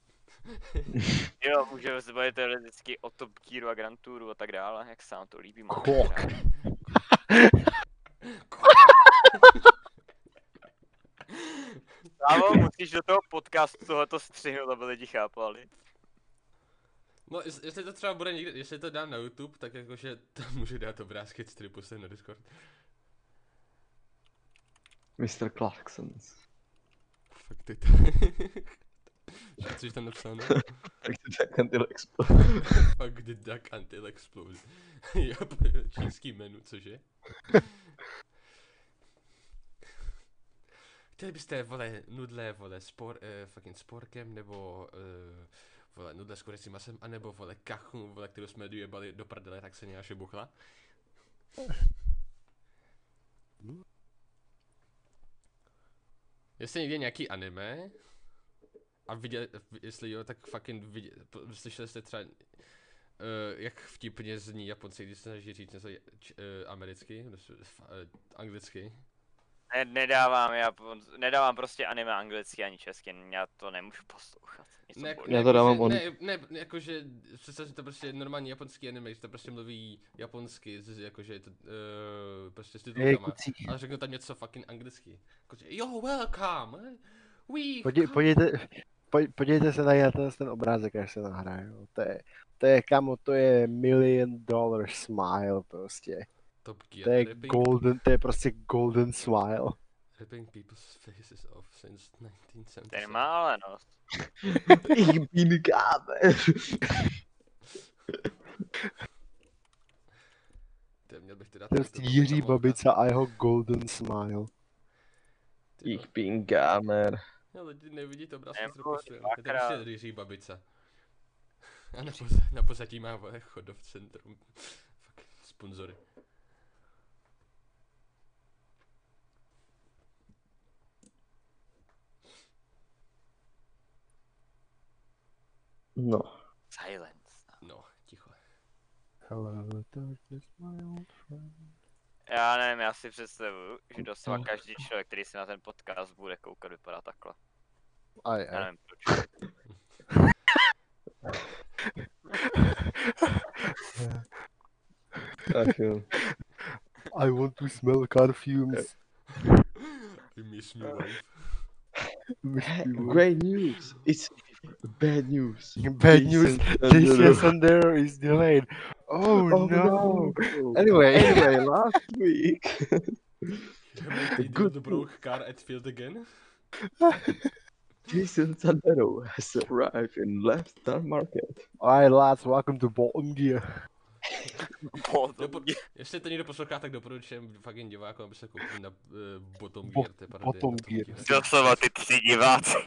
[SPEAKER 2] Jo, může se bavit teoreticky o Top Gearu a Grand Touru a tak dále, jak se nám to líbí. mám
[SPEAKER 4] Kok.
[SPEAKER 2] rád. Kámo, musíš do toho podcastu tohleto střihnout, aby lidi chápali.
[SPEAKER 1] No, jest- jestli to třeba bude někdy, jestli to dám na YouTube, tak jakože tam můžu dát obrázky, který pustím na Discord.
[SPEAKER 3] Mr. Clarkson.
[SPEAKER 1] Fakt ty to. Což tam no? napsáno?
[SPEAKER 3] Tak to tak Until Expo.
[SPEAKER 1] Fuck the duck until explode. jo, p- čínský menu, cože? Chtěli byste, vole, nudle, vole, spor, eh, fucking sporkem, nebo, eh, vole, nudle s kurecím masem, anebo, vole, kachnu, vole, kterou jsme dojebali do prdele, tak se nějak šebuchla. Jestli někde nějaký anime, a viděli, jestli jo, tak fucking viděli, slyšeli jste třeba Uh, jak vtipně zní Japonci, když se snaží říct něco j- č- uh, americky, nes- f- eh, anglicky.
[SPEAKER 2] Ne, nedávám, já pon- nedávám prostě anime anglicky ani česky, já to nemůžu poslouchat. Něco
[SPEAKER 1] Ne,
[SPEAKER 2] budu.
[SPEAKER 1] ne,
[SPEAKER 3] Já to dávám
[SPEAKER 1] jakože-
[SPEAKER 3] on.
[SPEAKER 1] Ne, ne, ne jakože, představ si to prostě normální japonský anime, že to prostě mluví japonsky, z- z- jakože je to, uh, prostě s
[SPEAKER 4] Ej,
[SPEAKER 1] titulkama.
[SPEAKER 4] kucí.
[SPEAKER 1] A řeknu tam něco fucking anglicky. Jakože, yo, welcome! We
[SPEAKER 4] Podí, podívejte, poj- podívejte se tady na ten, ten obrázek, až se nahraje. jo. To je, to je kamo, to je million dollar smile prostě.
[SPEAKER 1] Top Gear,
[SPEAKER 4] To je
[SPEAKER 1] ripping,
[SPEAKER 4] golden, to je prostě golden smile.
[SPEAKER 1] ripping people's faces off since 1977.
[SPEAKER 2] Ten má ale no.
[SPEAKER 3] Ich bin Gaber.
[SPEAKER 1] Ty, měl bych teda...
[SPEAKER 4] To je prostě Jiří Babica a jeho golden smile.
[SPEAKER 3] Ich bin Gamer.
[SPEAKER 1] No, lidi nevidí to obrázky
[SPEAKER 2] Nebo
[SPEAKER 1] z roku svět. Je to
[SPEAKER 2] dvakrát.
[SPEAKER 1] prostě rýří babice. A na, poza, na pozadí má vole chodov centrum. Fuck, sponzory.
[SPEAKER 3] No.
[SPEAKER 2] Silence.
[SPEAKER 1] No, ticho.
[SPEAKER 4] Hello, darkness, my old friend.
[SPEAKER 2] Já nevím, já si představuju, že
[SPEAKER 4] No.
[SPEAKER 2] doslova každý člověk, který se na ten podcast bude koukat, vypadá takhle.
[SPEAKER 4] Aj,
[SPEAKER 2] Já
[SPEAKER 4] aj.
[SPEAKER 2] nevím proč.
[SPEAKER 3] Tak jo.
[SPEAKER 4] I want to smell car fumes.
[SPEAKER 1] You miss me wife.
[SPEAKER 4] Eh,
[SPEAKER 3] Great news. It's bad news.
[SPEAKER 4] Bad news, this lesson there is delayed. Oh,
[SPEAKER 3] Oh,
[SPEAKER 4] no.
[SPEAKER 3] no.
[SPEAKER 4] Anyway,
[SPEAKER 3] Anyway, last week.
[SPEAKER 1] Good. The broke car at field again.
[SPEAKER 3] Jason Sandero has arrived in left star market.
[SPEAKER 4] alright lads, welcome to Bolton Gear.
[SPEAKER 1] Dopo- Jestli to někdo poslouchá, tak doporučujem fucking divákům, aby se koukli na uh, Bottom
[SPEAKER 4] Bo-
[SPEAKER 1] Gear. to je parodie na
[SPEAKER 4] Bottom
[SPEAKER 1] Top
[SPEAKER 4] Gear.
[SPEAKER 2] Doslova ty tři diváci.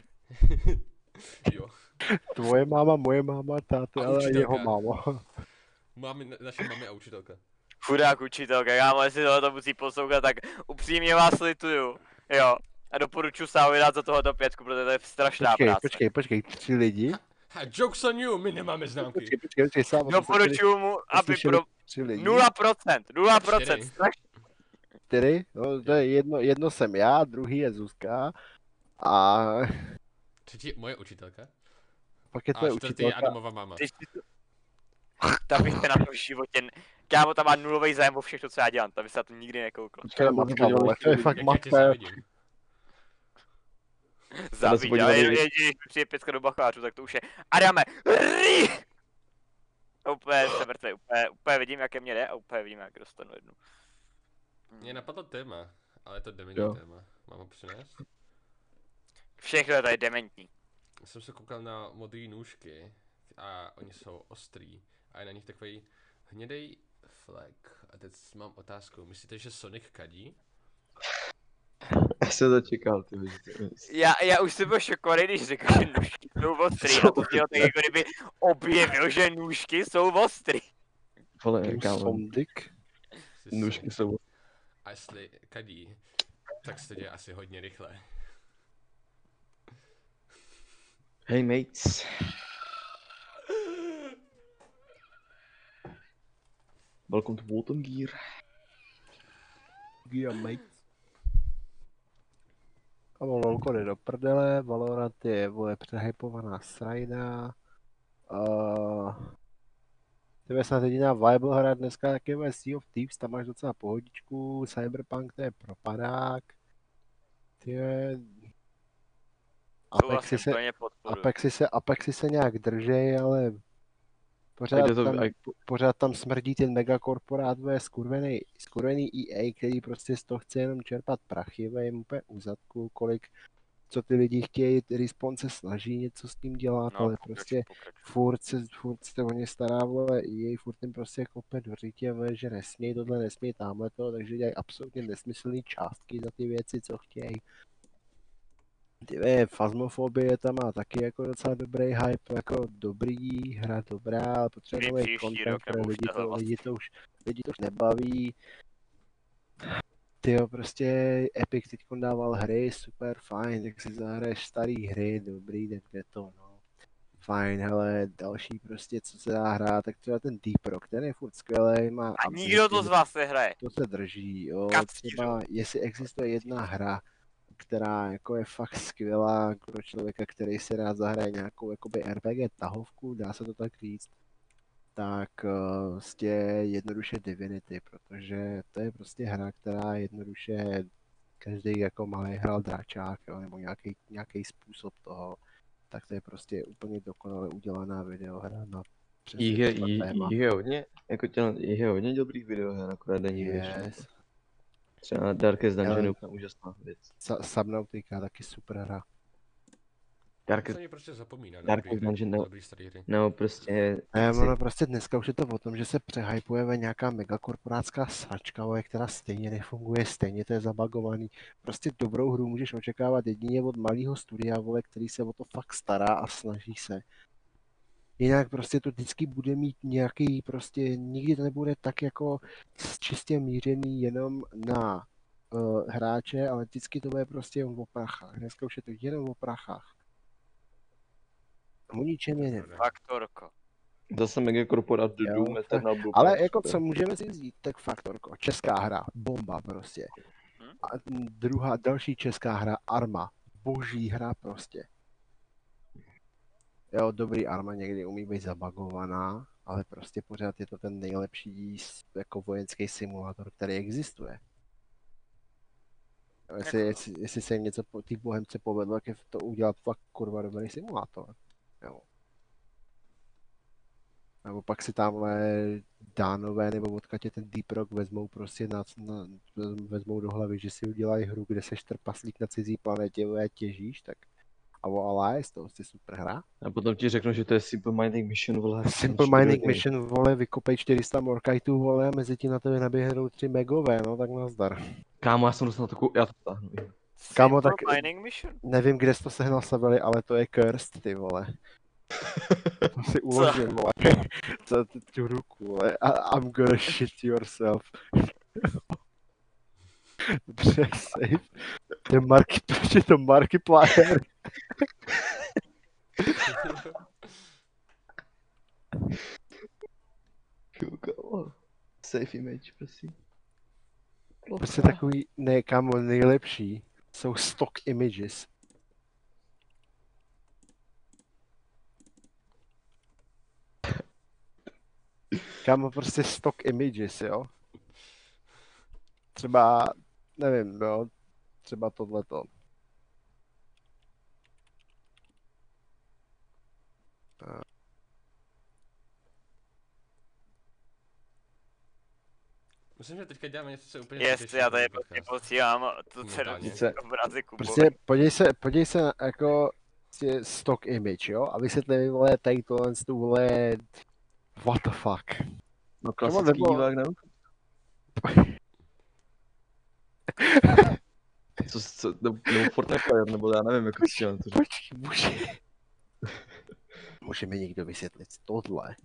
[SPEAKER 1] jo.
[SPEAKER 4] Tvoje máma, moje máma, táta,
[SPEAKER 1] A
[SPEAKER 4] ale
[SPEAKER 1] učitelka.
[SPEAKER 4] jeho máma.
[SPEAKER 1] Máme, na, naše mami a učitelka.
[SPEAKER 2] Chudák učitelka, já jestli tohle to musí poslouchat, tak upřímně vás lituju. Jo, A doporučuji Sávi dát za tohoto pětku, protože to je strašná
[SPEAKER 4] Počkej,
[SPEAKER 2] práce.
[SPEAKER 4] počkej, počkej, tři lidi.
[SPEAKER 1] Ha, jokes on you, my nemáme známky.
[SPEAKER 4] Počkej, počkej, počkej, sám jsem slyšel
[SPEAKER 2] Doporučuji mu, aby
[SPEAKER 4] slyšeli
[SPEAKER 2] pro...
[SPEAKER 4] tři lidi.
[SPEAKER 2] 0%, 0%,
[SPEAKER 1] Čtyři.
[SPEAKER 2] strašně.
[SPEAKER 4] Čtyři, no, to je jedno, jedno jsem já, druhý je Zuzka. A
[SPEAKER 1] Třetí je moje učitelka.
[SPEAKER 4] pak je
[SPEAKER 1] A
[SPEAKER 4] tvoje
[SPEAKER 1] čtvrtý je
[SPEAKER 4] učitelka.
[SPEAKER 1] Adamova mama.
[SPEAKER 2] Když si to- Ta bych se na to v životě... Kámo, tam má nulový zájem o všechno, co já dělám, tam by se na to nikdy nekoukla.
[SPEAKER 4] Počkej, matka, vole, to je fakt
[SPEAKER 1] Jak já tě
[SPEAKER 4] matka.
[SPEAKER 1] závidím.
[SPEAKER 2] Závidí, ale
[SPEAKER 3] podívali,
[SPEAKER 2] jen,
[SPEAKER 3] že-
[SPEAKER 2] jen, když přijde pětka do bakalářů, tak to už je... Adame! Rý! A úplně se mrtvej, úplně, úplně vidím, jaké mě jde a úplně vidím, jak dostanu jednu.
[SPEAKER 1] Mě napadlo téma, ale je to dementní
[SPEAKER 3] Jo.
[SPEAKER 1] téma. Mám ho přinést?
[SPEAKER 2] Všechno je tady dementní.
[SPEAKER 1] Já jsem se koukal na modré nůžky a oni jsou ostrý a je na nich takový hnědej flek. A teď mám otázku, myslíte, že Sonic kadí?
[SPEAKER 3] Já jsem to čekal, ty vole, že to-
[SPEAKER 2] Já, já už jsem byl šokovaný, když řekl, že nůžky jsou ostrý a to bylo tak, jako kdyby objevil, že nůžky jsou ostrý.
[SPEAKER 3] Vole, kámo,
[SPEAKER 4] Sondik.
[SPEAKER 1] Jsi
[SPEAKER 3] nůžky
[SPEAKER 1] Sonic.
[SPEAKER 3] jsou...
[SPEAKER 1] A jestli kadí, tak se to děje asi hodně rychle.
[SPEAKER 3] Hej, mates. Welcome to Bottom Gear.
[SPEAKER 4] Gia Mates. Kamo, lolko jde do prdele, Valorant je, vole, přehypovaná srajna. Uh, to je snad jediná viable hra dneska, tak je vole, Sea of Thieves, tam máš docela pohodičku, Cyberpunk to je propadák. Ty je... Apexy
[SPEAKER 2] Souhlasím,
[SPEAKER 4] se,
[SPEAKER 2] plně podporuji.
[SPEAKER 4] Apexy se, Apexy se nějak držej, ale
[SPEAKER 3] A
[SPEAKER 4] pořád,
[SPEAKER 3] kde to-
[SPEAKER 4] tam,
[SPEAKER 3] a-
[SPEAKER 4] po- pořád tam smrdí ten megakorporát, ve skurvený, skurvený EA, který prostě z toho chce jenom čerpat prachy, ve jim úplně uzadku, kolik, co ty lidi chtějí, Respawn se snaží něco s tím dělat, ale
[SPEAKER 2] No, pokračuj,
[SPEAKER 4] prostě
[SPEAKER 2] pokračuj.
[SPEAKER 4] furt se, furt se o ně stará, vole, EA furt jim prostě kope do řitě, vole, že nesmějí tohle, nesmějí tamhle to, takže dělají absolutně nesmyslné částky za ty věci, co chtějí. Ty ve, fazmofobie tam má taky jako docela dobrý hype, jako dobrý, hra dobrá, ale potřebuje
[SPEAKER 2] Kdy
[SPEAKER 4] nový
[SPEAKER 2] příští
[SPEAKER 4] content,
[SPEAKER 2] rok, nebo
[SPEAKER 4] pro
[SPEAKER 2] už
[SPEAKER 4] lidi
[SPEAKER 2] tahle
[SPEAKER 4] to,
[SPEAKER 2] vlastně.
[SPEAKER 4] lidi to už, lidi to už nebaví. Ty jo, prostě Epic teď dával hry, super, fajn, tak si zahraješ starý hry, dobrý, tak je to, no. Fajn, hele, další prostě, co se dá hrát, tak třeba ten Deep Rock, ten je furt skvělý, má...
[SPEAKER 2] A nikdo to z vás nehraje.
[SPEAKER 4] To se drží, jo,
[SPEAKER 2] Kacířů.
[SPEAKER 4] třeba, jestli existuje jedna hra, která jako je fakt skvělá pro člověka, který si rád zahraje nějakou jakoby RPG tahovku, dá se to tak říct, tak eh, prostě jednoduše Divinity, protože to je prostě hra, která jednoduše každý jako malý hrál dráčák, jo, nebo nějaký, nějaký způsob toho, tak to je prostě úplně dokonale udělaná videohra na přesně
[SPEAKER 3] Jich je,
[SPEAKER 4] tohle
[SPEAKER 3] jich,
[SPEAKER 4] téma.
[SPEAKER 3] jich je hodně, jako těla, jich je hodně dobrých videoher, akorát není yes.
[SPEAKER 4] Yes.
[SPEAKER 3] Třeba Darkest Dungeon
[SPEAKER 4] Ale-
[SPEAKER 3] je úplně úžasná věc.
[SPEAKER 4] Sa- Subnautica, taky super hra.
[SPEAKER 1] To
[SPEAKER 3] Darkest,
[SPEAKER 1] se mě prostě zapomíná na
[SPEAKER 3] Dark
[SPEAKER 1] dobrý, hry,
[SPEAKER 3] Dungeon,
[SPEAKER 1] na
[SPEAKER 3] no.
[SPEAKER 1] dobrý starý hry.
[SPEAKER 3] no prostě,
[SPEAKER 4] Ne,
[SPEAKER 3] si-
[SPEAKER 4] ono prostě dneska už je to o tom, že se přehypuje ve nějaká megakorporátská sračka, vole, která stejně nefunguje, stejně to je zabagovaný. Prostě dobrou hru můžeš očekávat jedině od malého studia, vole, který se o to fakt stará a snaží se. Jinak prostě to vždycky bude mít nějaký, prostě nikdy to nebude tak jako s- čistě mířený jenom na uh, hráče, ale vždycky to bude prostě jen o prachách. Dneska už je to jenom o prachách. O ničem jiném.
[SPEAKER 2] Faktorko.
[SPEAKER 3] zase megakorporát jako do
[SPEAKER 4] Jo,
[SPEAKER 3] Doom,
[SPEAKER 4] tak-
[SPEAKER 3] Eternal Blue
[SPEAKER 4] Ale
[SPEAKER 3] Point,
[SPEAKER 4] jako
[SPEAKER 3] to-
[SPEAKER 4] co můžeme si vzít, tak Faktorko, česká hra, bomba prostě.
[SPEAKER 2] Mhm.
[SPEAKER 4] A druhá, další česká hra, Arma, boží hra prostě. Jo, dobrý Arma někdy umí být zabagovaná, ale prostě pořád je to ten nejlepší s- jako vojenský simulátor, který existuje. Jo, Jestli,
[SPEAKER 2] Jako-
[SPEAKER 4] jestli, jestli se jim něco po té bohemce povedlo, tak je to udělat fakt kurva dobrý simulátor. Jo. Nebo pak si tamhle dánové nebo odkud je ten Deep Rock vezmou prostě na, na, vezmou do hlavy, že si udělají hru, kde seš trpaslík na cizí planetě a těžíš, tak a o Allies, to je super hra.
[SPEAKER 3] A potom ti řeknu, že to je Simple Mining Mission, vole.
[SPEAKER 4] Simple
[SPEAKER 3] čtyři
[SPEAKER 4] Mining
[SPEAKER 3] dny.
[SPEAKER 4] Mission, vole, vykopej 400 Morkiteů, vole, a mezi tím na tebe naběhnou 3 megové, no tak nazdar.
[SPEAKER 3] Kámo, já jsem dostal takovou, já to stáhnu.
[SPEAKER 4] Kámo,
[SPEAKER 2] Simple
[SPEAKER 4] tak-
[SPEAKER 2] Mining Mission?
[SPEAKER 4] Nevím, kde jsi to sehnal Savely, ale to je cursed, ty vole. To si uložím, vole. To, to, tu ruku, vole. I, I'm gonna shit yourself. Dobře, safe. To je Marky, proč je to Markiplier?
[SPEAKER 3] Kámo. Safe image, prosím.
[SPEAKER 4] Prostě takový, ne kámo, nejlepší jsou stock images. Kámo, prostě stock images, jo? Třeba, nevím, jo, třeba tohleto. Eh.
[SPEAKER 1] Myslím, že teďka děláme něco, co je úplně
[SPEAKER 2] Jest,
[SPEAKER 1] zbytečné
[SPEAKER 2] já
[SPEAKER 1] pro
[SPEAKER 2] tady
[SPEAKER 1] ten
[SPEAKER 2] prostě
[SPEAKER 1] podcast.
[SPEAKER 2] posílám to
[SPEAKER 1] Momentálně.
[SPEAKER 2] cerodické obrazy Kubovi.
[SPEAKER 4] Prostě podívej se, podívej se na, jako prostě stock image, jo? A vysvětli mi, vole, tady tohle, z tu, vole, what the fuck.
[SPEAKER 3] No
[SPEAKER 4] klasický
[SPEAKER 3] klasický
[SPEAKER 4] divák,
[SPEAKER 3] divák, ne? co, co, nebo nebo Fortnite player, nebo já nevím, jako si to říct.
[SPEAKER 4] Počkej, může... Může mi někdo vysvětlit tohle?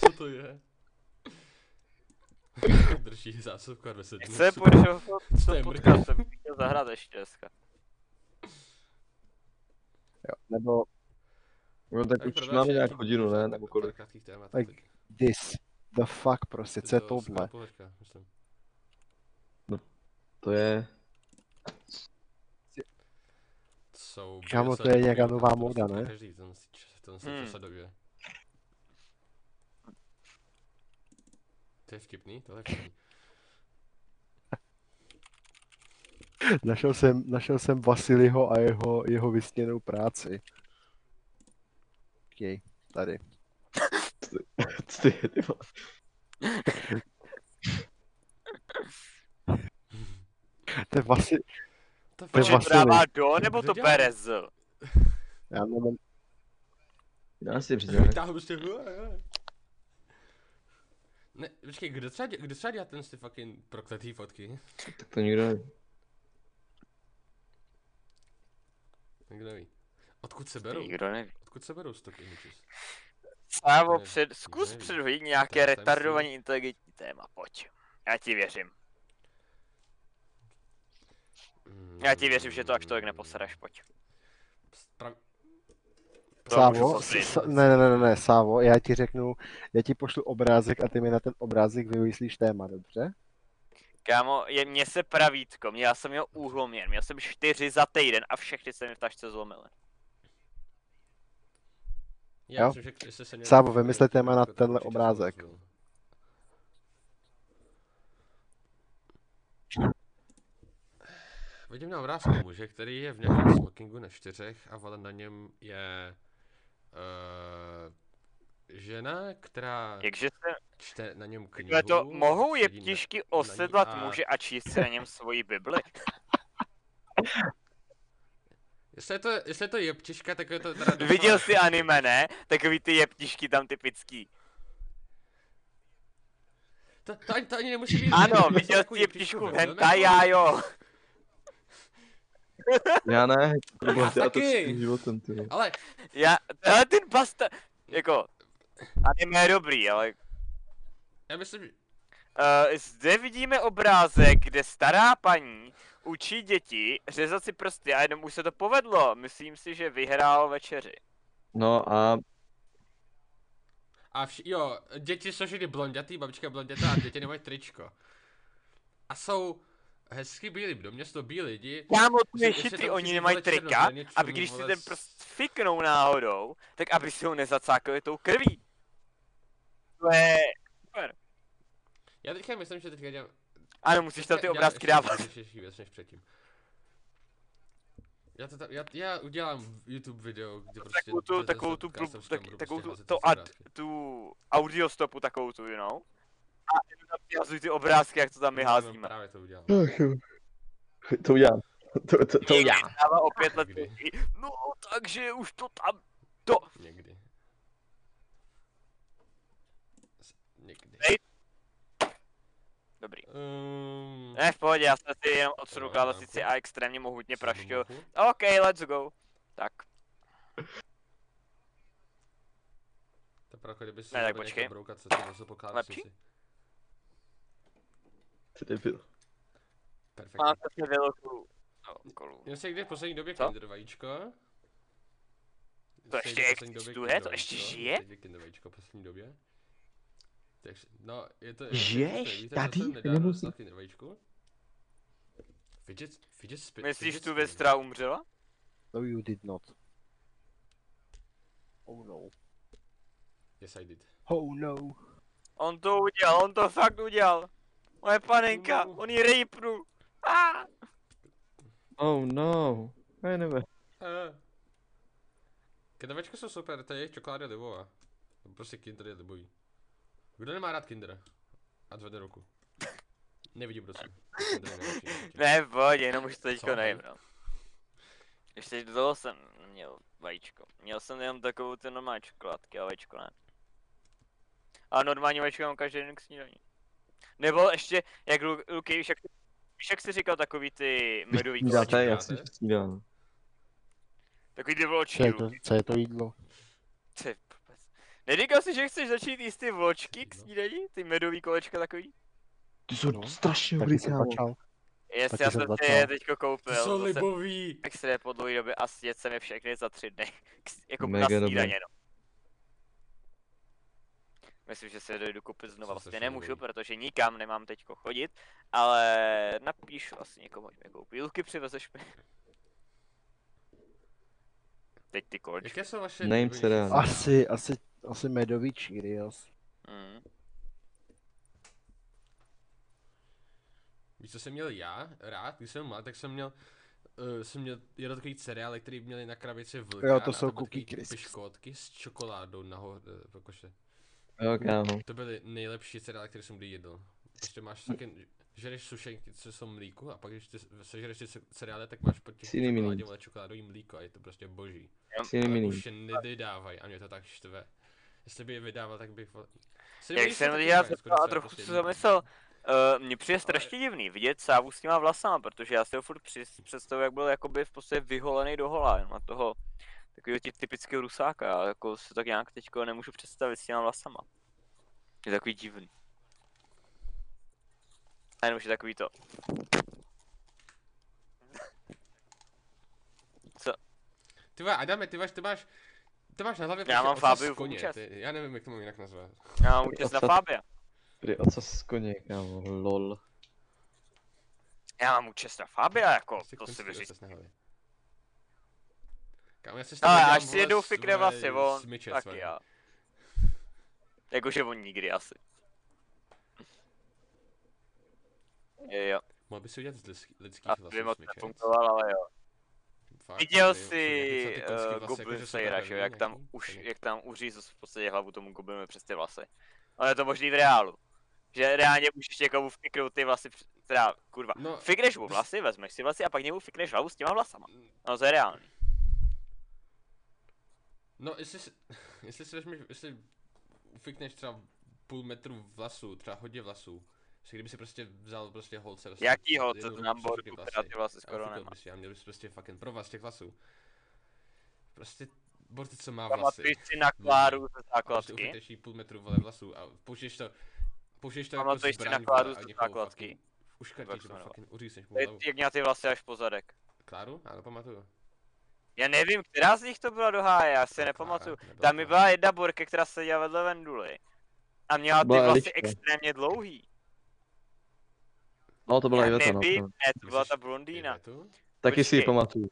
[SPEAKER 1] Co to je? Drží zásuvku a 20 dnů.
[SPEAKER 2] Chce,
[SPEAKER 1] Super.
[SPEAKER 2] půjdeš ho
[SPEAKER 1] Co to Prostě je
[SPEAKER 2] to
[SPEAKER 1] mrka?
[SPEAKER 2] podcast, jsem chtěl zahrát ještě dneska.
[SPEAKER 4] Jo, nebo
[SPEAKER 3] No tak
[SPEAKER 1] Tak
[SPEAKER 3] už
[SPEAKER 1] prodáš
[SPEAKER 3] máme nějak
[SPEAKER 1] nějaký-
[SPEAKER 3] hodinu, ne? Nebo kolik?
[SPEAKER 1] pár krátkých témat,
[SPEAKER 4] Tak,
[SPEAKER 1] tak
[SPEAKER 4] this, the fuck, prostě, co je
[SPEAKER 1] je to
[SPEAKER 4] tohle?
[SPEAKER 1] skápovačka, myslím.
[SPEAKER 3] To je...
[SPEAKER 1] Jsou
[SPEAKER 4] Kámo,
[SPEAKER 1] běsa-
[SPEAKER 4] to je nějaká nová
[SPEAKER 1] to
[SPEAKER 4] móda,
[SPEAKER 1] dostane
[SPEAKER 4] ne?
[SPEAKER 1] Každý ten si čas, ten si
[SPEAKER 2] Hmm.
[SPEAKER 1] čas době. To je vtipný, tohle je vtipný.
[SPEAKER 4] Našel jsem, našel jsem Vasiliho a jeho, jeho vysněnou práci. Počkej, tady.
[SPEAKER 3] Co to je, ty vole?
[SPEAKER 4] To je Vasi...
[SPEAKER 1] To je
[SPEAKER 4] To
[SPEAKER 1] fakt-
[SPEAKER 4] je
[SPEAKER 2] Že to
[SPEAKER 4] Vasily.
[SPEAKER 2] dává do, nebo to
[SPEAKER 1] Kdo dělá?
[SPEAKER 2] bere z?
[SPEAKER 4] Já nevím,
[SPEAKER 3] Já si přiznám.
[SPEAKER 1] Vytáhnu prostě. Ne, počkej, kdo třeba, dě- kdo třeba dělá ten ty fucking prokletý fotky?
[SPEAKER 3] Tak to nikdo neví.
[SPEAKER 1] Nikdo neví. Odkud se berou?
[SPEAKER 2] Nikdo neví.
[SPEAKER 1] Odkud se berou stock images?
[SPEAKER 2] Sávo,
[SPEAKER 1] neví,
[SPEAKER 2] před, zkus
[SPEAKER 1] neví.
[SPEAKER 2] předhodit
[SPEAKER 1] To je
[SPEAKER 2] nějaké
[SPEAKER 1] tajemství.
[SPEAKER 2] retardovaně inteligentní téma, pojď. Já ti věřím. Já ti věřím, že to až tolik neposereš, pojď.
[SPEAKER 1] Prav...
[SPEAKER 2] To No, můžu
[SPEAKER 4] Sávo,
[SPEAKER 2] potvrdit.
[SPEAKER 4] s- ne, ne, ne, ne, Sávo, já ti řeknu, já ti pošlu obrázek a ty mi na ten obrázek vymyslíš téma, dobře?
[SPEAKER 2] Kámo, je, mně se pravítko, měl jsem jeho úhloměr, měl jsem čtyři za týden a všechny se mi v tašce zlomily.
[SPEAKER 1] Já
[SPEAKER 4] Jo.
[SPEAKER 1] myslím, že jestli se měl-
[SPEAKER 4] Sávo, vymysli téma na
[SPEAKER 1] tak to
[SPEAKER 4] tenhle
[SPEAKER 1] určitě
[SPEAKER 4] obrázek.
[SPEAKER 1] jsem rozhodl. Vidím na obrázku muže, který je v nějakém smokingu na čtyřech a vole na něm je uh, žena, která
[SPEAKER 2] Jakže se
[SPEAKER 1] čte na něm knihu.
[SPEAKER 2] Takhle to mohou
[SPEAKER 1] sedí na-
[SPEAKER 2] jeptišky
[SPEAKER 1] na ní
[SPEAKER 2] osedlat
[SPEAKER 1] a-
[SPEAKER 2] muže a číst si na něm svoji Bibli?
[SPEAKER 1] Jestli je to, jestli je to jeptiška, tak je to teda docela-
[SPEAKER 2] Viděl jsi anime, ne? Takový ty jeptišky tam typický.
[SPEAKER 1] To, to, ani, to ani nemusí být. jako
[SPEAKER 2] Ano,
[SPEAKER 1] to jsou
[SPEAKER 2] viděl
[SPEAKER 1] takovou
[SPEAKER 2] jsi jeptišku v
[SPEAKER 1] vezmeme
[SPEAKER 2] hentai,
[SPEAKER 1] jako-
[SPEAKER 2] já jo.
[SPEAKER 3] Já ne, to bylo
[SPEAKER 1] Já
[SPEAKER 3] dělat to
[SPEAKER 1] taky.
[SPEAKER 3] s tím životem, ty vole.
[SPEAKER 1] Ale
[SPEAKER 2] Já, ale ten basta... Jako, anime je dobrý, ale
[SPEAKER 1] já myslím, že-
[SPEAKER 2] Uh, zde vidíme obrázek, kde stará paní učí děti řezat si prsty a jenom už se to povedlo. Myslím si, že vyhrál večeři.
[SPEAKER 3] No a
[SPEAKER 1] A vši- jo, děti jsou vždy blondětý, babička je blondětá a děti nemají tričko. A jsou hezky bílí, do mě jsou bílí lidi.
[SPEAKER 2] Kámo, to je
[SPEAKER 1] Jestli- jestli
[SPEAKER 2] chytrý,
[SPEAKER 1] tam
[SPEAKER 2] oni
[SPEAKER 1] chybí,
[SPEAKER 2] nemají
[SPEAKER 1] vole,
[SPEAKER 2] trika,
[SPEAKER 1] černozelený,
[SPEAKER 2] aby
[SPEAKER 1] čumí,
[SPEAKER 2] když si
[SPEAKER 1] vole,
[SPEAKER 2] ten
[SPEAKER 1] s-
[SPEAKER 2] prst fiknou náhodou, tak aby si ho nezacákali tou krví. To je...
[SPEAKER 1] Já teďka myslím, že teďka dělám...
[SPEAKER 2] Ano, musíš tam
[SPEAKER 1] teďka
[SPEAKER 2] ty
[SPEAKER 1] dělám
[SPEAKER 2] obrázky
[SPEAKER 1] ještě
[SPEAKER 2] dávat.
[SPEAKER 1] důležitější věc než předtím. Já, to tam, já, já udělám YouTube video, kde prostě...
[SPEAKER 2] Takovou tu,
[SPEAKER 1] ze- ze
[SPEAKER 2] takovou tu,
[SPEAKER 1] podcastem
[SPEAKER 2] blb-
[SPEAKER 1] si tam
[SPEAKER 2] tak,
[SPEAKER 1] budu
[SPEAKER 2] takovou
[SPEAKER 1] prostě
[SPEAKER 2] tu,
[SPEAKER 1] házet
[SPEAKER 2] to
[SPEAKER 1] ty
[SPEAKER 2] ad,
[SPEAKER 1] obrázky.
[SPEAKER 2] tu audiostopu takovou tu, you know? A jenom tam vyhazuj ty obrázky, jak to tam my
[SPEAKER 1] Já
[SPEAKER 2] házíme.
[SPEAKER 1] Právě to udělám.
[SPEAKER 3] Ach jo. To udělám. To, to, to udělám.
[SPEAKER 2] Dává o pět let
[SPEAKER 1] Kdy?
[SPEAKER 2] později. No, takže už to tam...
[SPEAKER 1] Někdy. S- Někdy.
[SPEAKER 2] Dobrý.
[SPEAKER 1] Um,
[SPEAKER 2] Ne, v pohodě, já jsem si jenom odsunu
[SPEAKER 1] Jo,
[SPEAKER 2] klávesnici
[SPEAKER 1] chápu.
[SPEAKER 2] a extrémně mohutně praštil.
[SPEAKER 1] Sudomoku.
[SPEAKER 2] OK, let's go. Tak,
[SPEAKER 1] To je Prako, kdyby si
[SPEAKER 2] Ne, tak
[SPEAKER 1] úplně
[SPEAKER 2] počkej.
[SPEAKER 1] Broukat se to po klávesnici.
[SPEAKER 3] Ty debil.
[SPEAKER 1] Perfektní.
[SPEAKER 2] Mám zase velkou no, kolu.
[SPEAKER 1] Měl jsi někdy v poslední době
[SPEAKER 2] Co?
[SPEAKER 1] Kinder vajíčko?
[SPEAKER 2] To
[SPEAKER 1] Jsi
[SPEAKER 2] ještě
[SPEAKER 1] někdy v poslední době
[SPEAKER 2] existuje?
[SPEAKER 1] Kinder
[SPEAKER 2] To ještě
[SPEAKER 1] vajíčko?
[SPEAKER 2] žije?
[SPEAKER 1] Jsi někdy Kinder vajíčko v poslední době? Takže, no, je to...
[SPEAKER 3] Žiješ?
[SPEAKER 1] je to- víte, co
[SPEAKER 3] Tady?
[SPEAKER 1] jsem nedávno
[SPEAKER 3] Nemusí-
[SPEAKER 1] dostal Kinder vajíčku? Fidget, fidget spin.
[SPEAKER 2] Myslíš
[SPEAKER 1] fidget
[SPEAKER 2] tu
[SPEAKER 1] spinner.
[SPEAKER 2] věc, která umřela?
[SPEAKER 4] No you did not. Oh no.
[SPEAKER 1] Yes, I did.
[SPEAKER 4] Oh no.
[SPEAKER 2] On to udělal, on to fakt udělal. Moje panenka, on ji rejpnul. Ah!
[SPEAKER 3] Oh no. I never.
[SPEAKER 1] Eh. Kinder vajíčka jsou super, to je jejich čokoláda libová. Prostě Kinder je libový. Kdo nemá rád Kindera? A zvedne ruku. Nevidím, kdo jsem. Kinder je nejlepší na světě.
[SPEAKER 2] Ne, pojď, jenom už to
[SPEAKER 1] Co?
[SPEAKER 2] teďko nevím, no. Ještě do toho jsem měl vajíčko. Měl jsem jenom takovou ty normální čokoládky a vajíčko ne. A normální vajíčko mám každý den k snídani. Nebo ještě, jak Lu- Luky, víš jak, víš jak jsi říkal takový ty medový
[SPEAKER 1] snídáte?
[SPEAKER 2] kolečka,
[SPEAKER 3] Dáte, já
[SPEAKER 1] dáte?
[SPEAKER 3] si snídám.
[SPEAKER 2] takový ty
[SPEAKER 4] Co
[SPEAKER 2] vločky,
[SPEAKER 4] je to,
[SPEAKER 2] Luky.
[SPEAKER 4] co je to jídlo?
[SPEAKER 2] Ty blbec. Neříkal jsi, že chceš začít jíst ty vločky k
[SPEAKER 1] No.
[SPEAKER 2] snídani? Ty medový kolečka takový?
[SPEAKER 3] Ty jsou
[SPEAKER 4] No,
[SPEAKER 3] strašně
[SPEAKER 4] Taky
[SPEAKER 3] dobrý,
[SPEAKER 4] jsem
[SPEAKER 3] kámo.
[SPEAKER 4] začal.
[SPEAKER 2] Jestli
[SPEAKER 4] Taky
[SPEAKER 2] já
[SPEAKER 4] jsem
[SPEAKER 2] jsem si
[SPEAKER 4] začal.
[SPEAKER 2] je teďko
[SPEAKER 1] To
[SPEAKER 2] koupil.
[SPEAKER 1] jsou
[SPEAKER 2] zase
[SPEAKER 1] libový!
[SPEAKER 2] extré po dlouhé době a sněd jsem je všechny za tři dny. K s- Jako
[SPEAKER 3] Mega
[SPEAKER 2] na
[SPEAKER 3] dobré.
[SPEAKER 2] snídaně, no. Myslím, že se je dojdu koupit
[SPEAKER 1] Co
[SPEAKER 2] znova.
[SPEAKER 1] se
[SPEAKER 2] Vlastně nemůžu,
[SPEAKER 1] všude
[SPEAKER 2] protože nikam nemám teďko chodit, ale napíšu asi někomu, ať mi koupí. Luky přivezeš mi. Teď ty kolečky.
[SPEAKER 1] Jaké jsou vaše
[SPEAKER 3] Nejím
[SPEAKER 1] nejoblíbenější
[SPEAKER 3] cereál.
[SPEAKER 1] sladkosti?
[SPEAKER 4] Asi, asi, asi medový Cheerios.
[SPEAKER 2] Mm.
[SPEAKER 1] Víš, co jsem měl já rád? Když jsem mladý, tak jsem měl Uh, jsem měl jeden takový cereál, který měli na krabici vlka.
[SPEAKER 4] Jo, to
[SPEAKER 1] a tam
[SPEAKER 4] jsou
[SPEAKER 1] byly
[SPEAKER 4] Cookie
[SPEAKER 1] takový
[SPEAKER 4] Crisps.
[SPEAKER 1] Piškotky s čokoládou nahoře, eh, jako jakože.
[SPEAKER 3] Jo, kámo.
[SPEAKER 1] To byly nejlepší cereály, které jsem kdy jedl. Prostě máš taky, žereš sušenky, co jsou mlíku, a pak když ty sežereš ty cereály, tak máš po těch
[SPEAKER 3] S jiným
[SPEAKER 1] čokoládě,
[SPEAKER 3] jiným.
[SPEAKER 1] vole, čokoládový mlíko a je to prostě boží.
[SPEAKER 3] S jiným
[SPEAKER 1] Ale
[SPEAKER 3] jiným.
[SPEAKER 1] už je nevydávají a mě to tak štve. Jestli by je vydával, tak bych... vole- Se
[SPEAKER 2] Jak
[SPEAKER 1] nevíš,
[SPEAKER 2] jsem
[SPEAKER 1] taky
[SPEAKER 2] já
[SPEAKER 1] mají skoro
[SPEAKER 2] zeptal a
[SPEAKER 1] celé
[SPEAKER 2] trochu
[SPEAKER 1] prostě
[SPEAKER 2] se
[SPEAKER 1] jedno.
[SPEAKER 2] zamyslel, uh, mně přijde strašně divný vidět sávu s těma vlasama, protože já si ho furt při, představuji, jak byl jakoby v podstatě vyholený do hola, na toho takového tě- typického rusáka, já jako se tak nějak teďko nemůžu představit s těma vlasama. Je takový divný. A jenom, že takový to.
[SPEAKER 1] Ty vole, Adame, ty máš, ty máš, ty máš na hlavě
[SPEAKER 2] Já mám
[SPEAKER 1] ocas
[SPEAKER 2] Fábiu
[SPEAKER 1] z koně,
[SPEAKER 2] Fůčas.
[SPEAKER 1] ty, já nevím, jak to mám jinak nazvat.
[SPEAKER 2] Já mám účast na
[SPEAKER 3] Ocas.
[SPEAKER 2] Fábia.
[SPEAKER 3] Prý ocas z koně, kámo. Lol.
[SPEAKER 2] Já mám účast na Fábia, jako,
[SPEAKER 1] Prostě
[SPEAKER 2] to si
[SPEAKER 1] končí
[SPEAKER 2] vyříš.
[SPEAKER 1] ocas na hlavě. Kámo, já se s
[SPEAKER 2] Ale
[SPEAKER 1] dělám,
[SPEAKER 2] až si
[SPEAKER 1] vole,
[SPEAKER 2] jednou
[SPEAKER 1] s-
[SPEAKER 2] fikne
[SPEAKER 1] vole,
[SPEAKER 2] vlasy, on,
[SPEAKER 1] smyče
[SPEAKER 2] tak
[SPEAKER 1] své.
[SPEAKER 2] já. Jakože on nikdy asi. Jo,
[SPEAKER 1] Mohl by si udělat z lidský- lidských
[SPEAKER 2] asi
[SPEAKER 1] vlasů
[SPEAKER 2] by moc
[SPEAKER 1] smyče.
[SPEAKER 2] nefungoval, ale jo.
[SPEAKER 1] Fakt,
[SPEAKER 2] Viděl
[SPEAKER 1] nevím, jaký jako jsou
[SPEAKER 2] jsi
[SPEAKER 1] ty konský
[SPEAKER 2] eh,
[SPEAKER 1] vlasy,
[SPEAKER 2] Goblin
[SPEAKER 1] jakože jsou
[SPEAKER 2] Slayera,
[SPEAKER 1] takhle
[SPEAKER 2] že jo, jak tam,
[SPEAKER 1] nějaký?
[SPEAKER 2] už,
[SPEAKER 1] Ten-
[SPEAKER 2] jak tam uříz v podstatě hlavu tomu goblinovi přes ty vlasy. Ale je to možný v reálu. Že reálně můžeš někomu fiknout ty vlasy, přes- teda kurva.
[SPEAKER 1] No,
[SPEAKER 2] Fikneš mu vlasy, vezmeš si vlasy a pak němu fikneš hlavu s těma vlasama. No to je reálný.
[SPEAKER 1] no, jestli si, jestli si vezmeš, jestli ufikneš třeba půl metru vlasů, třeba hodně vlasů, že kdyby si prostě vzal prostě holce prostě
[SPEAKER 2] Jakýho, co
[SPEAKER 1] jednu
[SPEAKER 2] to
[SPEAKER 1] ruku
[SPEAKER 2] nám
[SPEAKER 1] přes všechny
[SPEAKER 2] borku,
[SPEAKER 1] vlasy.
[SPEAKER 2] teda ty vlasy
[SPEAKER 1] Skoro
[SPEAKER 2] skoro
[SPEAKER 1] a
[SPEAKER 2] nemá.
[SPEAKER 1] bys, já měl bys prostě fucking pro vás těch vlasů. Prostě borte, co má vlasy.
[SPEAKER 2] Pamatuješ si na Kláru ze
[SPEAKER 1] A prostě
[SPEAKER 2] základky?
[SPEAKER 1] ufiteš jí půl metru vole vlasů a použiješ to, použiješ to jako
[SPEAKER 2] Pamatuješ si na
[SPEAKER 1] zbraň
[SPEAKER 2] Kláru
[SPEAKER 1] vole, a
[SPEAKER 2] ze
[SPEAKER 1] někoho
[SPEAKER 2] základky?
[SPEAKER 1] fucking
[SPEAKER 2] Jak
[SPEAKER 1] uškrtíš,
[SPEAKER 2] se
[SPEAKER 1] že
[SPEAKER 2] jmenovala?
[SPEAKER 1] fucking uřízneš mu
[SPEAKER 2] To je-
[SPEAKER 1] hlavu.
[SPEAKER 2] Jak měla ty vlasy až po zadek.
[SPEAKER 1] Kláru? Ano, pamatuju.
[SPEAKER 2] Já nevím, která z nich to byla do háje, já si
[SPEAKER 1] Klára,
[SPEAKER 2] nepamatuju.
[SPEAKER 1] nebyla
[SPEAKER 2] Tam mi
[SPEAKER 1] Klára.
[SPEAKER 2] byla jedna borka, která seděla vedle Venduly. A měla ty
[SPEAKER 3] Byla
[SPEAKER 2] vlasy
[SPEAKER 3] Eliška.
[SPEAKER 2] extrémně dlouhý.
[SPEAKER 3] No, to byla
[SPEAKER 2] Já
[SPEAKER 3] Iveta, no.
[SPEAKER 2] nevím,
[SPEAKER 3] kámo.
[SPEAKER 2] ne, to byla
[SPEAKER 1] Myslíš
[SPEAKER 2] ta blondýna.
[SPEAKER 1] Ivetu?
[SPEAKER 3] Taky si ji
[SPEAKER 2] Počkej.
[SPEAKER 3] pamatuju.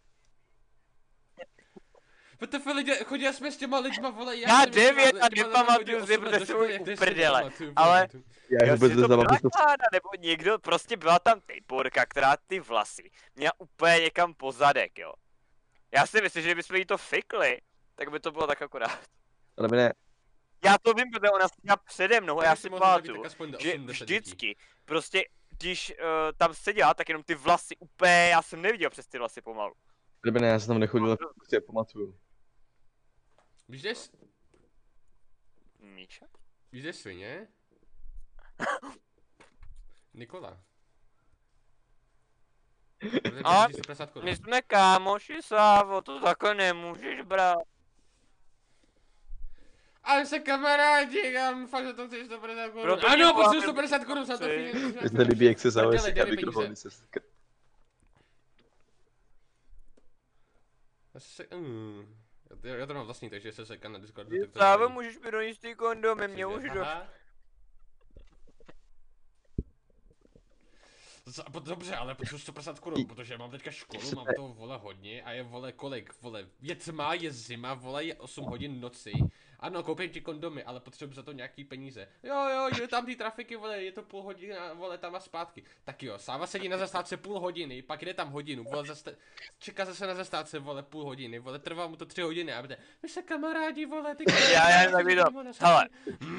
[SPEAKER 1] WTF lidé, chodil jsme s těma lidma, vole,
[SPEAKER 2] Já
[SPEAKER 1] jsem s těma
[SPEAKER 2] devět a
[SPEAKER 1] lidma
[SPEAKER 2] nepamatuju
[SPEAKER 1] chodil
[SPEAKER 2] si,
[SPEAKER 1] osm let
[SPEAKER 2] protože
[SPEAKER 1] do
[SPEAKER 2] jsou
[SPEAKER 1] školy,
[SPEAKER 2] u
[SPEAKER 1] kde si
[SPEAKER 2] prdele,
[SPEAKER 1] nepamatuju,
[SPEAKER 2] ale-
[SPEAKER 1] pamatuju.
[SPEAKER 3] Já
[SPEAKER 2] Jestli
[SPEAKER 3] vůbec
[SPEAKER 2] to byla
[SPEAKER 3] nezabavím, to
[SPEAKER 2] Klára, nebo někdo, prostě byla tam ty borka, která ty vlasy měla úplně někam po zadek, jo. Já si myslím, že kdybychom jí to fikli, tak by to bylo tak akorát.
[SPEAKER 3] Ale ne,
[SPEAKER 2] Já to vím, protože ona seděla přede mnou a já
[SPEAKER 1] Takže
[SPEAKER 2] si
[SPEAKER 1] mohl zabít
[SPEAKER 2] pamatuju,
[SPEAKER 1] tak aspoň do
[SPEAKER 2] že
[SPEAKER 1] 80 lidí.
[SPEAKER 2] vždycky, prostě, když uh, tam seděla, tak jenom ty vlasy úplně, já jsem neviděl přes ty vlasy pomalu.
[SPEAKER 3] kdyby ne, já jsem tam nechodil, tak si je pamatuju.
[SPEAKER 1] Víš, kde je-
[SPEAKER 2] Míša?
[SPEAKER 1] Víš, kde je svině? Nikola. Protože
[SPEAKER 2] A-
[SPEAKER 1] držíš 150 korun.
[SPEAKER 2] My jsme kámoši, Sávo, to takhle nemůžeš brát.
[SPEAKER 1] A se kamarádi, já mám fakt za to chci 150 korun.
[SPEAKER 2] Proto
[SPEAKER 1] Ano,
[SPEAKER 2] mě
[SPEAKER 1] potřebuji
[SPEAKER 2] pohábil-
[SPEAKER 1] 150 korun za to
[SPEAKER 2] Chci.
[SPEAKER 1] chvíli.
[SPEAKER 3] Mně se líbí, jak se zároveň
[SPEAKER 1] Prdele,
[SPEAKER 3] seká
[SPEAKER 1] kde mi
[SPEAKER 3] mikrofon,
[SPEAKER 1] peníze?
[SPEAKER 3] když se seká.
[SPEAKER 1] Já se- mm. Já- Já to mám vlastní, takže se sekám na Discordu. tak to
[SPEAKER 2] Sávo,
[SPEAKER 1] nevadí.
[SPEAKER 2] můžeš mi donést ty kondomy, mě už
[SPEAKER 1] Přijde,
[SPEAKER 2] do...
[SPEAKER 1] aha. Za- No po- Dobře, ale potřebuji 150 korun, protože mám teďka školu, mám toho vole hodně a je vole kolik, vole, je tma, je zima, vole, je 8 hodin noci. Ano, koupím ti kondomy, ale potřebuji za to nějaký peníze. Jo, jo, je tam ty trafiky, vole, je to půl hodiny a vole, tam a zpátky. Tak jo, Sáva sedí na zastávce půl hodiny, pak jde tam hodinu, vole, zaste... čeká zase na zastávce, vole, půl hodiny, vole, trvá mu to tři hodiny a bude, my se kamarádi, vole, ty
[SPEAKER 2] Já, já, tak to. Hele,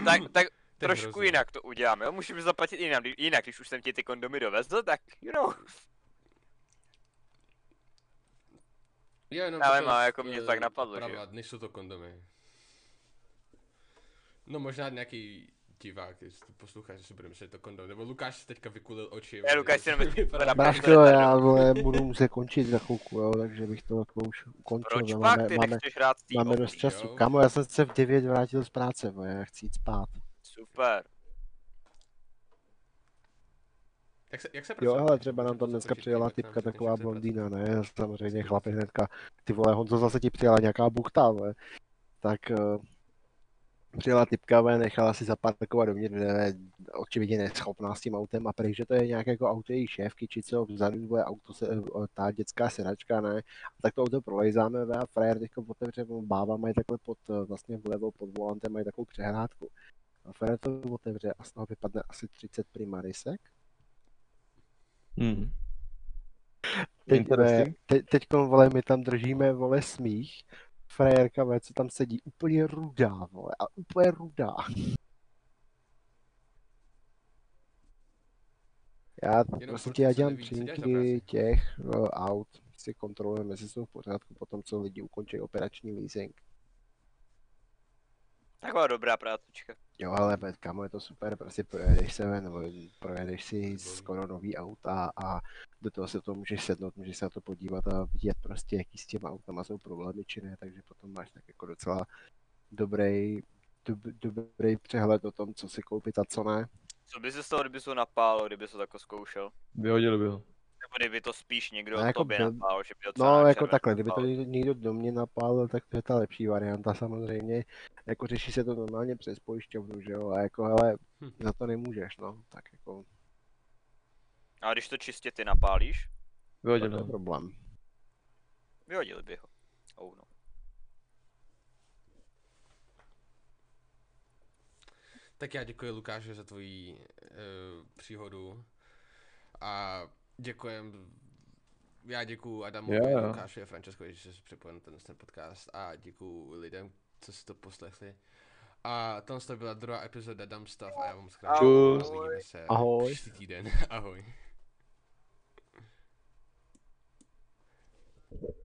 [SPEAKER 2] tak, tak
[SPEAKER 1] to je
[SPEAKER 2] trošku
[SPEAKER 1] hrozný.
[SPEAKER 2] jinak to uděláme, jo? Můžeme zaplatit jinak, kdy- jinak, když už jsem ti ty kondomy dovezl, tak, you know.
[SPEAKER 1] Já jenom
[SPEAKER 2] Ale
[SPEAKER 1] chtěl,
[SPEAKER 2] má, jako mě
[SPEAKER 1] eh,
[SPEAKER 2] tak napadlo, že jo.
[SPEAKER 1] opravovat, nejsou to kondomy. No možná nějaký divák, jestli posloucháš, si bude myslet, že to kondom. Nebo Lukáš si teďka vykulil oči. vole,
[SPEAKER 2] Lukáš si jenom
[SPEAKER 1] vypadá-
[SPEAKER 2] vypadá-
[SPEAKER 4] Bráško, já vole, budu muset končit za chvilku, jo, takže bych to jako už ukončil.
[SPEAKER 2] Proč
[SPEAKER 4] že
[SPEAKER 2] pak,
[SPEAKER 4] máme,
[SPEAKER 2] ty
[SPEAKER 4] máme,
[SPEAKER 2] nechceš hrát tým
[SPEAKER 4] máme
[SPEAKER 2] oblí,
[SPEAKER 4] dost času.
[SPEAKER 1] jo.
[SPEAKER 4] Kamo, já jsem se v 9 vrátil z práce, bo já chci jít spát.
[SPEAKER 2] Super.
[SPEAKER 1] Jak se, jak se prostě
[SPEAKER 4] Jo,
[SPEAKER 1] prosím,
[SPEAKER 4] ale třeba nám tam
[SPEAKER 1] prosím,
[SPEAKER 4] dneska
[SPEAKER 1] prosím,
[SPEAKER 4] přijela
[SPEAKER 1] jak nám
[SPEAKER 4] typka
[SPEAKER 1] to
[SPEAKER 4] taková
[SPEAKER 1] končí,
[SPEAKER 4] blondýna, ne? Samozřejmě chlapy hnedka. Ty vole, Honzo, zase ti přijela nějaká buchta, vole. Tak eh, přijela typka, vole, nechala si zaparkovat dovnitř, ne, ne, očividně neschopná s tím autem a prej, že to je nějaké jako auto její šéfky, či co, vzadu bude auto, se, eh, ta dětská sedačka, ne? A tak to auto prolejzáme, vole, a frajer teďko otevře, bába mají takhle pod, eh, vlastně vlevo pod volantem, mají takovou přehrádku. A frajer to otevře a z toho vypadne asi 30 primarisek.
[SPEAKER 3] Hmm.
[SPEAKER 4] Teď, ve,
[SPEAKER 3] Interesting.
[SPEAKER 4] te, teďkon, vole, my tam držíme, vole, smích. Frajerka, vole, co tam sedí, úplně rudá, vole, a úplně rudá. Já, prosím tě, já
[SPEAKER 1] furt se
[SPEAKER 4] dělám
[SPEAKER 1] neví, co děláš za práci.
[SPEAKER 4] přímky těch uh, aut, si kontrolujeme, jestli jsou v pořádku po tom, co lidi ukončí operační leasing.
[SPEAKER 2] Taková dobrá prácička.
[SPEAKER 4] Jo, ale ve- kamo, je to super, prostě projedeš se ven, nebo projedeš si skoro nový auta a do toho se to můžeš sednout, můžeš se na to podívat a vidět prostě, jaký s těma autama jsou problémy či ne, takže potom máš tak jako docela dobrý, dob, dobrý přehled o tom, co si koupit a co ne.
[SPEAKER 2] Co by se stalo, kdyby se ho napálo, kdyby se to jako zkoušel?
[SPEAKER 3] Vyhodil by ho.
[SPEAKER 2] Nebo kdyby to spíš někdo
[SPEAKER 4] No,
[SPEAKER 2] no,
[SPEAKER 4] jako
[SPEAKER 2] tobě
[SPEAKER 4] byl-
[SPEAKER 2] napál, že by ho třeba
[SPEAKER 4] No,
[SPEAKER 2] na
[SPEAKER 4] jako
[SPEAKER 2] červenou
[SPEAKER 4] takhle, kdyby to
[SPEAKER 2] napál.
[SPEAKER 4] někdo do mě napálil, tak to je ta lepší varianta samozřejmě. Jako řeší se to normálně přes pojišťovnu, že jo, a jako hele,
[SPEAKER 1] Hm.
[SPEAKER 4] na to nemůžeš, no, tak jako,
[SPEAKER 2] A když to čistě ty napálíš,
[SPEAKER 4] to
[SPEAKER 3] Vyhodil
[SPEAKER 4] je
[SPEAKER 3] ho.
[SPEAKER 4] problém.
[SPEAKER 2] vyhodili by ho. Oh no.
[SPEAKER 1] Tak já děkuji Lukáše za tvoji uh, příhodu a děkujem, já děkuji Adamu,
[SPEAKER 3] Jo,
[SPEAKER 1] yeah.
[SPEAKER 3] jo.
[SPEAKER 1] Lukáši a Franceskovi, že jsi připojen na tenhle ten podcast a děkuji lidem, co si to poslechli. A tam to byla druhá epizoda Dumb Stuff a já vám zkrátka
[SPEAKER 2] Ahoj.
[SPEAKER 1] uvidíme se
[SPEAKER 4] Ahoj.
[SPEAKER 1] příští týden. Ahoj.